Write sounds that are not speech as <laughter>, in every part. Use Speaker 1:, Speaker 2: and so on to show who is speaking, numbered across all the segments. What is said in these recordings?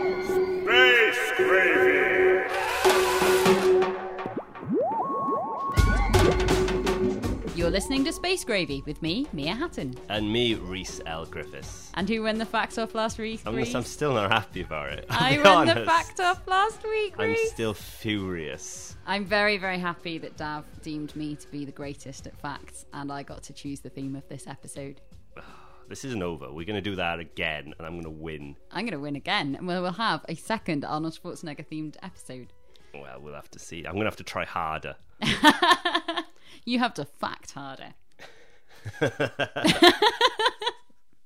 Speaker 1: Base gravy.
Speaker 2: You're listening to Space Gravy with me, Mia Hatton.
Speaker 3: And me, Reese L. Griffiths.
Speaker 2: And who ran the facts off last week?
Speaker 3: I'm,
Speaker 2: Reece?
Speaker 3: just, I'm still not happy about it.
Speaker 2: I
Speaker 3: <laughs> I'll be
Speaker 2: ran the
Speaker 3: honest.
Speaker 2: fact off last week,
Speaker 3: I'm
Speaker 2: Reece.
Speaker 3: still furious.
Speaker 2: I'm very, very happy that Dav deemed me to be the greatest at facts, and I got to choose the theme of this episode.
Speaker 3: This isn't over. We're going to do that again, and I'm going to win.
Speaker 2: I'm going to win again, and we'll we'll have a second Arnold Schwarzenegger themed episode.
Speaker 3: Well, we'll have to see. I'm going to have to try harder.
Speaker 2: You have to fact
Speaker 3: <laughs>
Speaker 2: harder.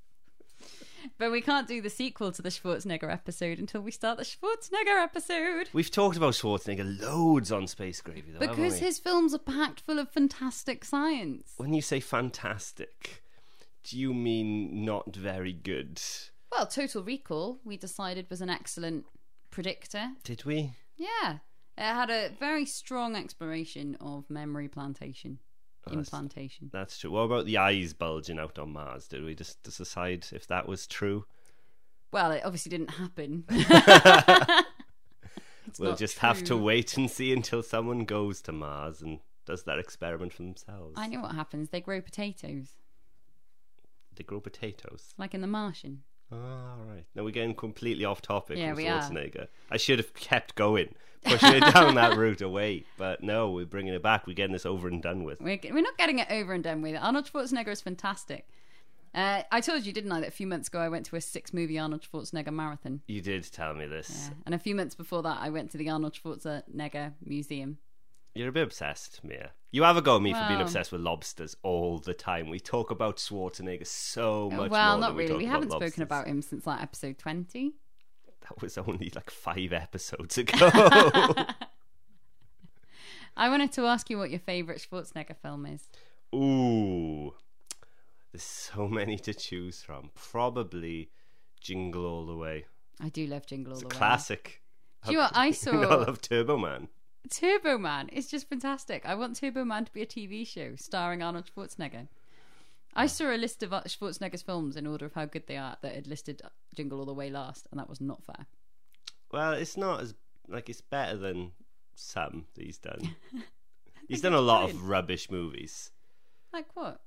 Speaker 2: <laughs> but we can't do the sequel to the Schwarzenegger episode until we start the Schwarzenegger episode.
Speaker 3: We've talked about Schwarzenegger loads on Space Gravy, though, haven't
Speaker 2: Because
Speaker 3: we?
Speaker 2: his films are packed full of fantastic science.
Speaker 3: When you say fantastic, do you mean not very good?
Speaker 2: Well, Total Recall, we decided, was an excellent predictor.
Speaker 3: Did we?
Speaker 2: Yeah. It had a very strong exploration of memory plantation, implantation.
Speaker 3: That's true. What about the eyes bulging out on Mars? Did we just just decide if that was true?
Speaker 2: Well, it obviously didn't happen.
Speaker 3: <laughs>
Speaker 2: <laughs>
Speaker 3: we'll
Speaker 2: not
Speaker 3: just have to
Speaker 2: true.
Speaker 3: wait and see until someone goes to Mars and does that experiment for themselves.
Speaker 2: I know what happens. They grow potatoes,
Speaker 3: They grow potatoes.
Speaker 2: like in The Martian.
Speaker 3: All right. Now we're getting completely off topic
Speaker 2: Yeah,
Speaker 3: from
Speaker 2: we are.
Speaker 3: Schwarzenegger. I should have kept going, <laughs> pushing it down that route away. But no, we're bringing it back. We're getting this over and done with.
Speaker 2: We're, we're not getting it over and done with. Arnold Schwarzenegger is fantastic. Uh, I told you, didn't I, that a few months ago I went to a six movie Arnold Schwarzenegger marathon.
Speaker 3: You did tell me this.
Speaker 2: Yeah. And a few months before that, I went to the Arnold Schwarzenegger Museum.
Speaker 3: You're a bit obsessed, Mia. You have a go at me for being
Speaker 2: Well-
Speaker 3: obsessed with lobsters all the time. We talk about Schwarzenegger so much
Speaker 2: Oh, well,
Speaker 3: more
Speaker 2: not
Speaker 3: than
Speaker 2: really.
Speaker 3: We, talk
Speaker 2: We
Speaker 3: about
Speaker 2: haven't
Speaker 3: lobsters.
Speaker 2: spoken about him since like episode 20.
Speaker 3: That was only like
Speaker 2: <laughs>
Speaker 3: five episodes ago.
Speaker 2: I wanted to ask you what your favourite Schwarzenegger film is.
Speaker 3: Ooh. There's so <laughs> many to choose from. Probably Jingle All the Way.
Speaker 2: I do love Jingle All
Speaker 3: It's a
Speaker 2: the Way.
Speaker 3: classic. <laughs>
Speaker 2: Do you know what I saw?
Speaker 3: I love Turbo Man.
Speaker 2: Turbo Man is just fantastic. I want Turbo Man to be a TV show starring Arnold Schwarzenegger. I saw a list of uh, Schwarzenegger's films in order of how good they are that had listed Jingle All the Way last, and that was not fair.
Speaker 3: Well, it's not as like it's better than some that
Speaker 2: <laughs>
Speaker 3: he's done. he's done a lot of rubbish movies.
Speaker 2: Like what?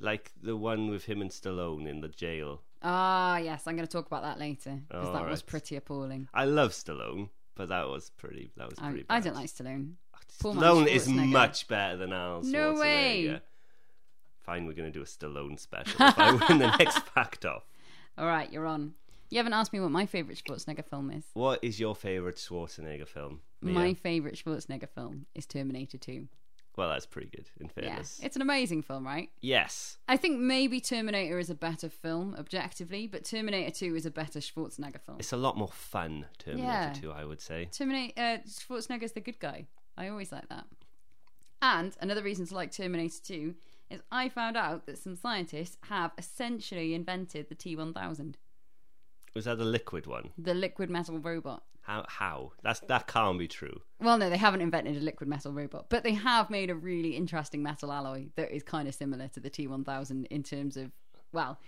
Speaker 3: Like the one with him and Stallone in the jail.
Speaker 2: Ah, yes, I'm going to talk about that later because
Speaker 3: Oh,
Speaker 2: that was
Speaker 3: alright.
Speaker 2: pretty appalling.
Speaker 3: I love Stallone, but that was pretty that was
Speaker 2: I,
Speaker 3: pretty bad.
Speaker 2: I don't like Stallone. Poor man
Speaker 3: Stallone is
Speaker 2: Schwarzenegger.
Speaker 3: much better than Arnold
Speaker 2: No
Speaker 3: Schwarzenegger.
Speaker 2: way.
Speaker 3: Fine, we're going to do a Stallone special. if I win the
Speaker 2: <laughs>
Speaker 3: next fact off.
Speaker 2: All right, you're on. You haven't asked me what my favourite Schwarzenegger film is.
Speaker 3: What is your favourite Schwarzenegger film? Mia?
Speaker 2: My favourite Schwarzenegger film is Terminator 2.
Speaker 3: Well, that's pretty good, in
Speaker 2: Yeah,
Speaker 3: fairness.
Speaker 2: it's an amazing film, right?
Speaker 3: Yes.
Speaker 2: I think maybe Terminator is a better film objectively, but Terminator 2 is a better Schwarzenegger film.
Speaker 3: It's a lot more fun, Terminator
Speaker 2: Yeah.
Speaker 3: 2, I would say.
Speaker 2: Terminator uh, Schwarzenegger's the good guy. I always like that. And another reason to like Terminator 2 is I found out that some scientists have essentially invented the T1000,
Speaker 3: Was that the liquid one?
Speaker 2: the liquid metal robot.
Speaker 3: How? how? That's, that can't be true.
Speaker 2: Well, no, they haven't invented a liquid metal robot, but they have made a really interesting metal alloy that is kind of similar to the T1000 in terms of, well,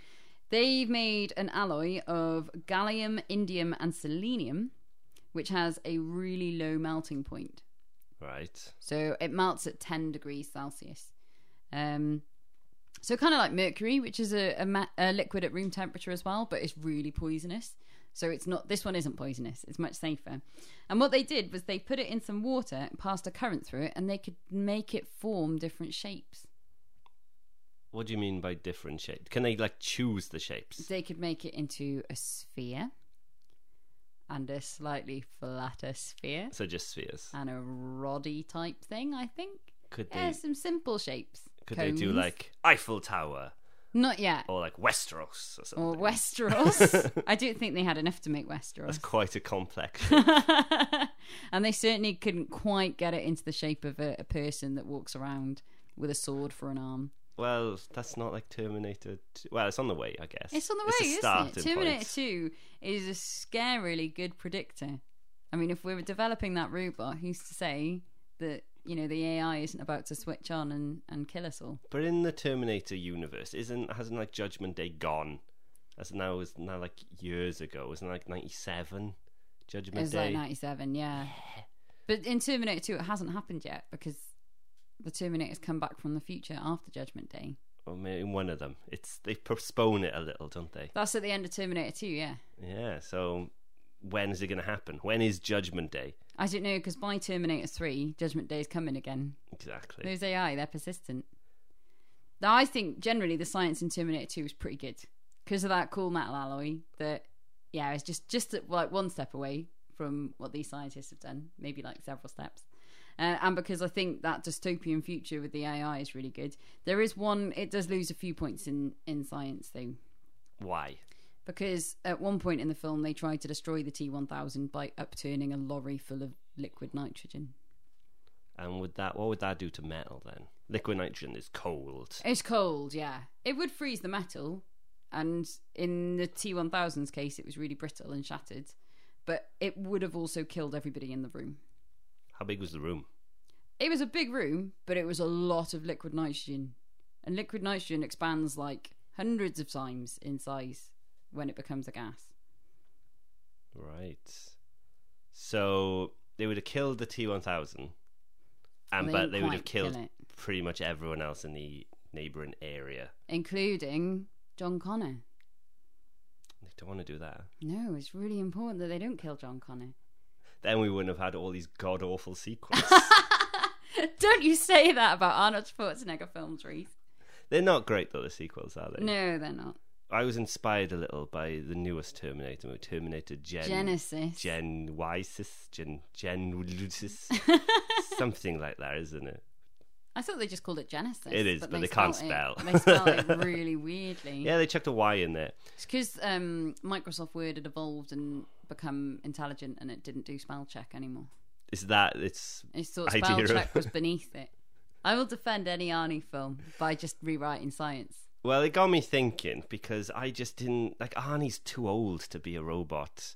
Speaker 2: they've made an alloy of gallium, indium, and selenium, which has a really low melting point.
Speaker 3: Right.
Speaker 2: So it melts at 10 degrees Celsius. Um, so kind of like mercury, which is a, a, ma- a liquid at room temperature as well, but it's really poisonous. So it's not this one isn't poisonous. It's much safer. And what they did was they put it in some water, passed a current through it, and they could make it form different shapes.
Speaker 3: What do you mean by different shapes? Can they, like, choose the shapes?
Speaker 2: They could make it into a sphere and a slightly flatter sphere
Speaker 3: So just spheres.
Speaker 2: and a roddy type thing, I think.
Speaker 3: Could they,
Speaker 2: Yeah, some simple shapes.
Speaker 3: could they do,
Speaker 2: Cones.
Speaker 3: like, Eiffel Tower
Speaker 2: Not yet.
Speaker 3: or, like, Westeros
Speaker 2: <laughs>
Speaker 3: or something?
Speaker 2: Or <laughs> Westeros. I don't think they had enough to make Westeros. <laughs>
Speaker 3: That's quite a complex.
Speaker 2: and they certainly couldn't quite get it into the shape of a, a person that walks around with a sword for an arm.
Speaker 3: Well, that's not like Terminator. T- well, it's on the way, I guess.
Speaker 2: It's on the
Speaker 3: a
Speaker 2: way, isn't
Speaker 3: starting
Speaker 2: it? Terminator 2
Speaker 3: point.
Speaker 2: is a scarily good predictor. I mean, if we were developing that robot, who's to say that, you know, the AI isn't about to switch on and, and kill us all?
Speaker 3: But in the Terminator universe, isn't hasn't like Judgment Day gone? That's now was now like years ago, wasn't it? Like ninety seven, Judgment
Speaker 2: It was
Speaker 3: Day.
Speaker 2: like 97, yeah. But in Terminator 2, it hasn't happened yet because the Terminator's come back from the future after Judgment Day.
Speaker 3: Or maybe in one of them, it's they postpone it a little, don't they?
Speaker 2: That's at the end of Terminator 2, yeah.
Speaker 3: Yeah. So when is it going to happen? When is Judgment Day?
Speaker 2: I don't know because by Terminator 3, Judgment Day's coming again.
Speaker 3: Exactly.
Speaker 2: Those AI, they're persistent. Now, I think generally the science in Terminator 2 was pretty good because of that cool metal alloy that, yeah, it's just, just like one step away from what these scientists have done, maybe like several steps. Uh, and because I think that dystopian future with the AI is really good. There is one, it does lose a few points in, in science though,
Speaker 3: Why?
Speaker 2: because at one point in the film they tried to destroy the T 1000 by upturning a lorry full of liquid nitrogen.
Speaker 3: And would that what would that do to metal then? Liquid nitrogen is cold.
Speaker 2: It's cold, yeah. It would freeze the metal, and in the T1000's case, it was really brittle and shattered. But it would have also killed everybody in the room.
Speaker 3: How big was the room?
Speaker 2: It was a big room, but it was a lot of liquid nitrogen, and liquid nitrogen expands like hundreds of times in size when it becomes a gas.
Speaker 3: Right. So they would have killed the T one thousand, and
Speaker 2: They
Speaker 3: but
Speaker 2: didn't
Speaker 3: they would have
Speaker 2: quite kill
Speaker 3: killed
Speaker 2: it.
Speaker 3: pretty much everyone else in the neighboring area.
Speaker 2: including John Connor.
Speaker 3: They don't want to do that.
Speaker 2: No, it's really important that they don't kill John
Speaker 3: <laughs>
Speaker 2: Connor.
Speaker 3: Then we wouldn't have had all these god
Speaker 2: <laughs>
Speaker 3: awful sequels.
Speaker 2: don't you say that about Arnold Schwarzenegger films, Reese?
Speaker 3: They're not great though. The sequels are they?
Speaker 2: No, they're not.
Speaker 3: I was inspired a little by the newest Terminator, movie, Terminator Gen
Speaker 2: Genesis. <laughs>
Speaker 3: Gen Wysis, Gen Gen <laughs> something like that, isn't it?
Speaker 2: I thought they just called it Genesis.
Speaker 3: It is, but they can't
Speaker 2: spelled
Speaker 3: spell.
Speaker 2: It, they spell it
Speaker 3: <laughs>
Speaker 2: really weirdly.
Speaker 3: Yeah, they chucked a Y in there.
Speaker 2: because um, Microsoft Word had evolved and become intelligent, and it didn't do spell check anymore.
Speaker 3: Is that it's
Speaker 2: It thought
Speaker 3: Idea
Speaker 2: spell
Speaker 3: of-
Speaker 2: check
Speaker 3: <laughs>
Speaker 2: was beneath it. I will defend any Arnie film by just rewriting science.
Speaker 3: Well, it got me thinking because I just didn't like Arnie's too old to be a robot.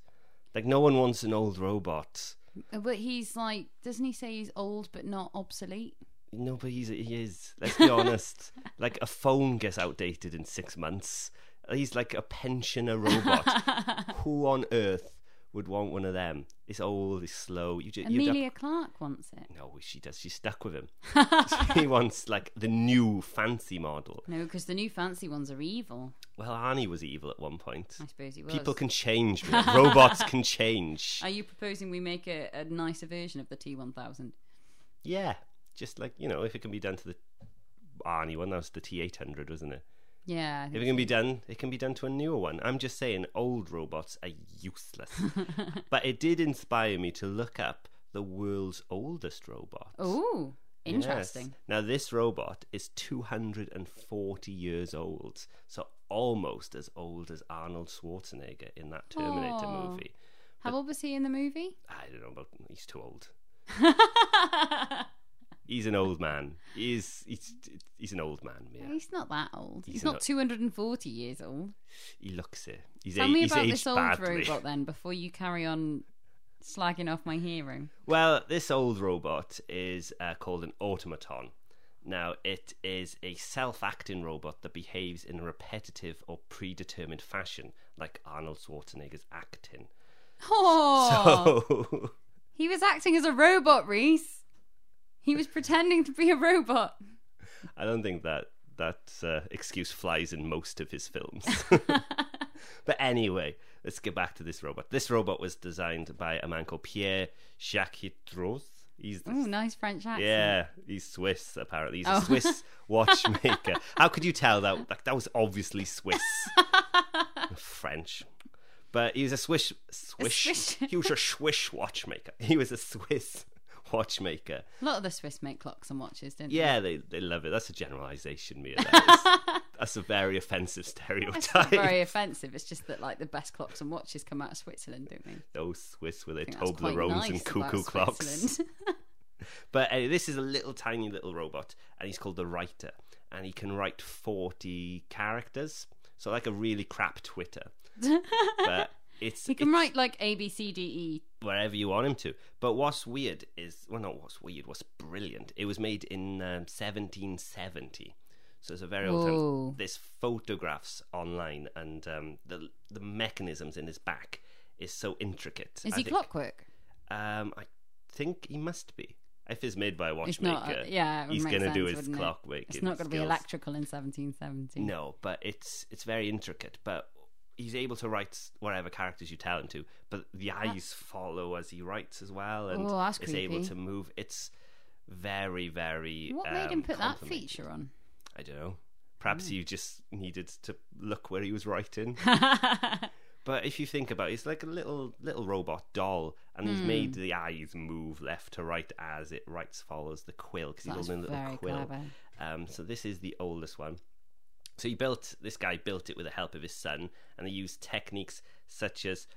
Speaker 3: Like no one wants an old robot.
Speaker 2: Uh, But he's like, doesn't he say he's old but not obsolete?
Speaker 3: No, but he's he is. Let's
Speaker 2: <laughs>
Speaker 3: be honest. Like a phone gets outdated in six months. He's like a pensioner robot.
Speaker 2: <laughs>
Speaker 3: Who on earth would want one of them? It's old. It's slow. You just you'd have-
Speaker 2: Amelia Clark wants it.
Speaker 3: no, she does. She's stuck
Speaker 2: <laughs>
Speaker 3: with him. she wants like the new fancy model.
Speaker 2: No, because the new fancy ones are evil.
Speaker 3: Well, Arnie was evil at one point.
Speaker 2: I suppose he was.
Speaker 3: People can
Speaker 2: <laughs>
Speaker 3: change. man. Robots can change.
Speaker 2: Are you proposing we make a, a nicer version of the T1000?
Speaker 3: Yeah, just like you know, if it can be done to the Arnie one, that was the T eight hundred, wasn't it?
Speaker 2: Yeah. I think
Speaker 3: If it can be done, it can be done to a newer one. I'm just saying, old robots are
Speaker 2: <laughs>
Speaker 3: useless. but it did inspire me to look up the world's oldest robot.
Speaker 2: Oh,
Speaker 3: Yes.
Speaker 2: interesting.
Speaker 3: Now this robot is 240 years old, so almost as old as Arnold Schwarzenegger in that Terminator
Speaker 2: Aw.
Speaker 3: movie.
Speaker 2: How old was he in the
Speaker 3: <laughs>
Speaker 2: movie?
Speaker 3: I don't know about. He's too old. he's an old man. He's he's he's an old man. Yeah.
Speaker 2: He's not that old. He's,
Speaker 3: He's
Speaker 2: not
Speaker 3: not-
Speaker 2: 240 years old.
Speaker 3: He looks it. He's,
Speaker 2: Tell
Speaker 3: a-
Speaker 2: me
Speaker 3: he's
Speaker 2: about
Speaker 3: aged
Speaker 2: this old
Speaker 3: badly.
Speaker 2: robot then before you carry on slagging off my
Speaker 3: <laughs>
Speaker 2: hero.
Speaker 3: Well, this old robot is uh, called an automaton. Now, it is a self acting robot that behaves in a repetitive or predetermined fashion, like Arnold Schwarzenegger's acting.
Speaker 2: Oh,
Speaker 3: So, <laughs>
Speaker 2: he was acting as a robot, Reese. He was pretending to be a robot. <laughs>
Speaker 3: I don't think that that uh, excuse flies in most of his films. <laughs> but anyway, let's get back to this robot. This robot was designed by a man called Pierre Jacques Droz. He's the
Speaker 2: Oh, nice French accent.
Speaker 3: Yeah, he's Swiss. Apparently, he's
Speaker 2: Oh. <laughs>
Speaker 3: a Swiss watchmaker. How could you tell that? Like, that was obviously Swiss, French. But he was a Swiss, Swish.
Speaker 2: Swiss.
Speaker 3: He was a Swiss watchmaker. He was a Swiss watchmaker.
Speaker 2: A lot of the Swiss make clocks and watches, don't
Speaker 3: Yeah, they they love it. That's a generalization, Mia. That
Speaker 2: <laughs>
Speaker 3: is, that's a very offensive
Speaker 2: they? It's not
Speaker 3: stereotype. <laughs>
Speaker 2: very offensive. It's just that like the best clocks and watches come out of Switzerland, don't they?
Speaker 3: Those Swiss with their
Speaker 2: I think that's quite
Speaker 3: Toblerones
Speaker 2: nice
Speaker 3: and
Speaker 2: about
Speaker 3: cuckoo clocks. <laughs>
Speaker 2: Switzerland.
Speaker 3: But anyway, this is a little tiny little robot, and he's called the Writer, and he can write forty characters, so like a really crap
Speaker 2: <laughs>
Speaker 3: Twitter. but it's
Speaker 2: He can
Speaker 3: it's
Speaker 2: write like A B C D E.
Speaker 3: wherever you want him to. But what's weird is well, not what's weird, what's brilliant. It was made in um, 1770, So it's a very old
Speaker 2: Whoa.
Speaker 3: town. There's photographs online, and um, the the mechanisms in his back is so intricate.
Speaker 2: Is
Speaker 3: I
Speaker 2: he
Speaker 3: think-
Speaker 2: clockwork?
Speaker 3: Um, I think he must be. If it's made by a
Speaker 2: It's
Speaker 3: watchmaker,
Speaker 2: not. uh, yeah, it would
Speaker 3: he's
Speaker 2: make
Speaker 3: going to do
Speaker 2: sense,
Speaker 3: his
Speaker 2: wouldn't it?
Speaker 3: clockwork.
Speaker 2: It's not going to be electrical in 1770.
Speaker 3: No, but it's it's very intricate. But he's able to write whatever characters you tell him to. But the eyes follow as he writes as well, and
Speaker 2: Oh, that's
Speaker 3: is able
Speaker 2: creepy.
Speaker 3: to move. It's very very.
Speaker 2: What made
Speaker 3: um,
Speaker 2: him put that Hmm.
Speaker 3: complimented.
Speaker 2: feature on? <laughs>
Speaker 3: I don't know. Perhaps you just needed to look where he was writing. But if you think about it, it's like a little little robot doll, and he's made
Speaker 2: Hmm.
Speaker 3: the eyes move left to right as it writes follows the quill because he's
Speaker 2: That's
Speaker 3: holding a little
Speaker 2: very
Speaker 3: quill.
Speaker 2: clever.
Speaker 3: Um, so this is the oldest one. So he built this guy built it with the help of his son, and they used techniques such as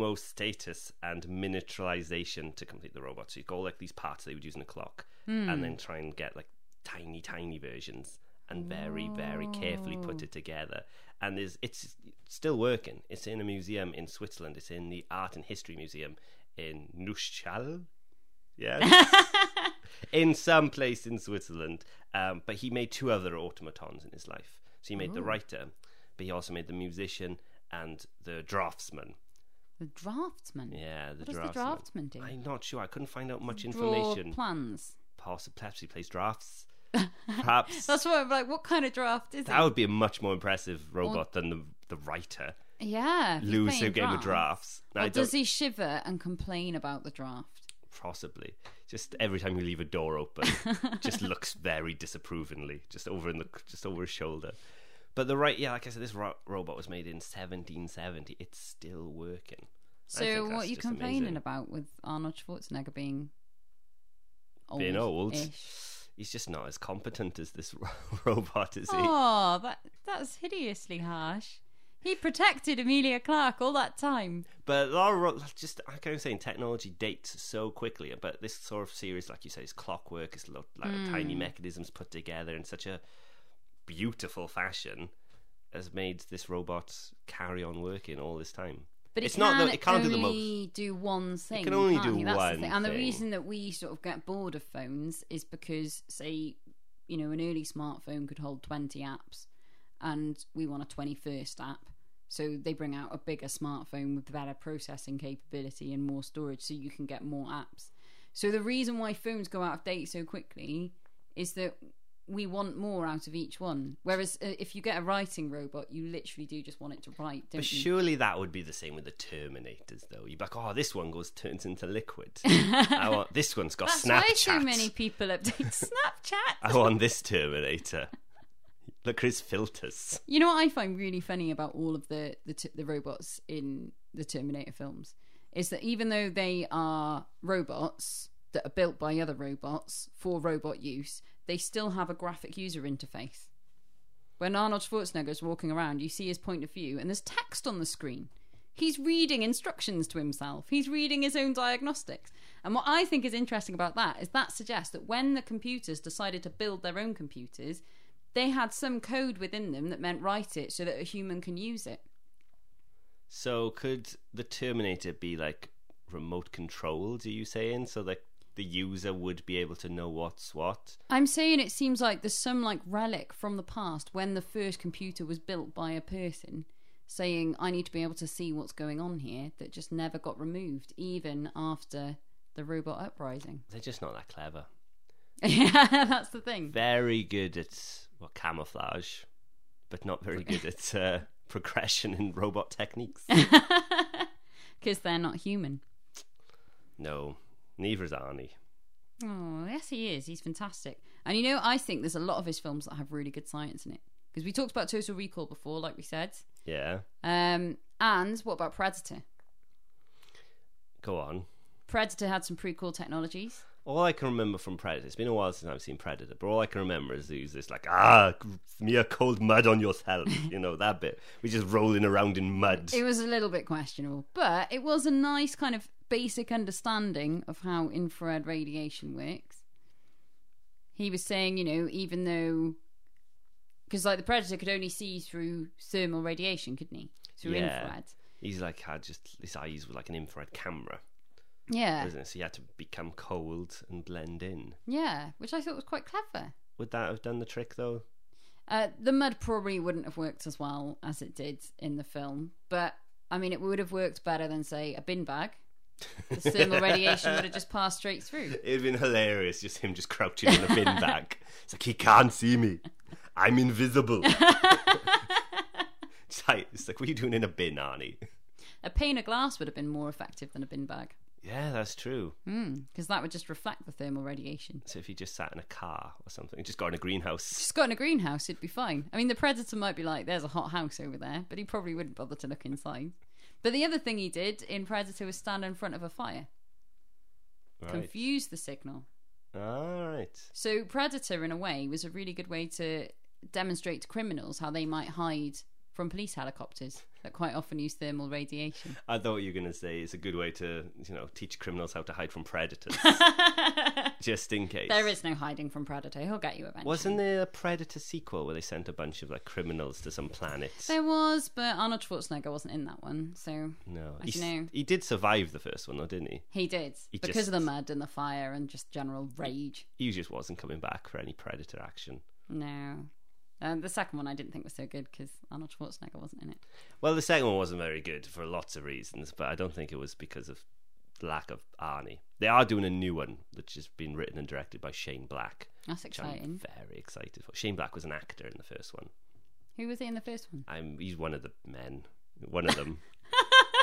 Speaker 3: homostasis and miniaturization to complete the robot. So you go like these parts they would use in a clock, and then try and get like tiny, tiny versions, and very, very carefully put it together. And there's, it's still working. It's in a museum in Switzerland. It's in the Art and History Museum in Neuchâtel. Yeah, in some place in Switzerland. Um, but he made two other automatons in his life. So he made
Speaker 2: Oh.
Speaker 3: the writer, but he also made the musician and the draftsman.
Speaker 2: The draftsman.
Speaker 3: Yeah, the
Speaker 2: What does the
Speaker 3: draftsman.
Speaker 2: draftsman do?
Speaker 3: I'm not sure. I couldn't find out much
Speaker 2: Draw
Speaker 3: information.
Speaker 2: plans.
Speaker 3: Possibly perhaps he
Speaker 2: <laughs>
Speaker 3: plays drafts. Perhaps
Speaker 2: That's why I'm like, what kind of draft is
Speaker 3: that would be a much more impressive robot than the the writer
Speaker 2: it? Yeah. if he's
Speaker 3: lose a
Speaker 2: playing
Speaker 3: game of
Speaker 2: drafts.
Speaker 3: drafts.
Speaker 2: Or
Speaker 3: I
Speaker 2: does
Speaker 3: don't
Speaker 2: he shiver and complain about the draft?
Speaker 3: possibly. Just every time you leave a door open,
Speaker 2: <laughs>
Speaker 3: just looks very disapprovingly, just over in the just over his shoulder. But the right, yeah, like I said, this ro- robot was made in 1770. It's still working. I think
Speaker 2: So what are
Speaker 3: that's
Speaker 2: you
Speaker 3: just
Speaker 2: complaining
Speaker 3: amazing.
Speaker 2: about with Arnold Schwarzenegger being old?
Speaker 3: Being
Speaker 2: <laughs>
Speaker 3: old.
Speaker 2: ish?
Speaker 3: He's just not as competent as this <laughs> ro- robot, is he?
Speaker 2: Oh, that that's hideously harsh. He protected Amelia Clark all that time.
Speaker 3: But a lot of ro- just like I was saying, technology dates so quickly. But this sort of series, like you say, is clockwork. It's lo- like tiny
Speaker 2: Hmm.
Speaker 3: mechanisms put together in such a beautiful fashion, has made this robot carry on working all this time.
Speaker 2: But it
Speaker 3: it's
Speaker 2: can
Speaker 3: not the, it can't
Speaker 2: only
Speaker 3: do the most.
Speaker 2: do one thing.
Speaker 3: can only
Speaker 2: can't
Speaker 3: do
Speaker 2: he? That's
Speaker 3: one
Speaker 2: the thing. And the
Speaker 3: thing.
Speaker 2: reason that we sort of get bored of phones is because, say, you know, an early smartphone could hold 20 apps and we want a 21st app. So they bring out a bigger smartphone with better processing capability and more storage so you can get more apps. So the reason why phones go out of date so quickly is that we want more out of each one. Whereas uh, if you get a writing robot, you literally do just want it to write, don't
Speaker 3: But
Speaker 2: you?
Speaker 3: surely that would be the same with the Terminators, though. You'd be like, oh, this one goes turns into liquid.
Speaker 2: <laughs>
Speaker 3: I want this one's got
Speaker 2: That's
Speaker 3: Snapchat.
Speaker 2: why so many people update <laughs> Snapchat.
Speaker 3: I want this Terminator. Look at his filters.
Speaker 2: You know what I find really funny about all of the the, t- the robots in the Terminator films is that even though they are robots that are built by other robots for robot use, they still have a graphic user interface. When Arnold Schwarzenegger is walking around, you see his point of view, and there's text on the screen. He's reading instructions to himself. He's reading his own diagnostics. And what I think is interesting about that is that suggests that when the computers decided to build their own computers, they had some code within them that meant write it so that a human can use it.
Speaker 3: So could the Terminator be like remote controlled? Are you saying so like the user would be able to know what's what?
Speaker 2: I'm saying it seems like there's some like relic from the past when the first computer was built by a person saying, I need to be able to see what's going on here that just never got removed, even after the robot uprising. <laughs>
Speaker 3: They're just not that clever.
Speaker 2: yeah, that's the thing.
Speaker 3: Very good at well camouflage, but not very good at uh, progression in robot techniques.
Speaker 2: Because they're not human.
Speaker 3: no, neither is Arnie.
Speaker 2: Oh, yes, he is. He's fantastic. And you know, I think there's a lot of his films that have really good science in it. Because we talked about Total Recall before, like we said.
Speaker 3: Yeah,
Speaker 2: Um, and what about Predator?
Speaker 3: go on.
Speaker 2: Predator had some pretty cool technologies.
Speaker 3: All I can remember from Predator, it's been a while since I've seen Predator, but all I can remember is there's this like, ah, smear cold mud on yourself, <laughs> you know, that bit. We're just rolling around in mud.
Speaker 2: It was a little bit questionable, but it was a nice kind of basic understanding of how infrared radiation works. He was saying, you know, even though, because like the predator could only see through thermal radiation, couldn't he? Through
Speaker 3: Yeah.
Speaker 2: infrared.
Speaker 3: He's like had just his eyes were like an infrared camera,
Speaker 2: Yeah,
Speaker 3: wasn't it? So he had to become cold and blend in.
Speaker 2: yeah, which I thought was quite clever.
Speaker 3: Would that have done the trick though?
Speaker 2: Uh, the mud probably wouldn't have worked as well as it did in the film, but I mean, it would have worked better than say a bin bag. The thermal radiation would have just passed straight through.
Speaker 3: It'd been hilarious, just him just crouching in
Speaker 2: <laughs>
Speaker 3: a bin bag. It's like he can't see me. I'm invisible. it's like, it's like, what are you doing in a bin, Arnie?
Speaker 2: A pane of glass would have been more effective than a bin bag
Speaker 3: Yeah, that's true.
Speaker 2: because that would just reflect the thermal radiation.
Speaker 3: So if you just sat in a car or something, just got in a greenhouse.
Speaker 2: Just got in a greenhouse, it'd be fine. I mean, the predator might be like, "There's a hot house over there," but he probably wouldn't bother to look inside. But the other thing he did in Predator was stand in front of a fire,
Speaker 3: Right.
Speaker 2: confuse the signal.
Speaker 3: All right.
Speaker 2: So Predator, in a way, was a really good way to demonstrate to criminals how they might hide from police helicopters that quite often use thermal
Speaker 3: <laughs>
Speaker 2: radiation.
Speaker 3: I thought you were going to say it's a good way to, you know, teach criminals how to hide
Speaker 2: <laughs>
Speaker 3: from predators, just in case.
Speaker 2: there is no hiding from Predator; he'll get you eventually.
Speaker 3: Wasn't there a Predator sequel where they sent a bunch of like criminals to some planet?
Speaker 2: There was, but Arnold Schwarzenegger wasn't in that one, so
Speaker 3: no,
Speaker 2: I
Speaker 3: he,
Speaker 2: dunno.
Speaker 3: s- he did survive the first one though, didn't he?
Speaker 2: He did
Speaker 3: He
Speaker 2: because
Speaker 3: just-
Speaker 2: of the mud and the fire and just general rage.
Speaker 3: He just wasn't coming back for any Predator action.
Speaker 2: No, um, the second one I didn't think was so good because Arnold Schwarzenegger wasn't in it.
Speaker 3: Well, the second one wasn't very good for lots of reasons, but I don't think it was because of lack of Arnie. They are doing a new one which has been written and directed by Shane Black.
Speaker 2: That's
Speaker 3: Which I'm
Speaker 2: exciting.
Speaker 3: very excited for. Shane Black was an actor in the first one.
Speaker 2: Who was he in the first one?
Speaker 3: I'm he's one of the men, one of them.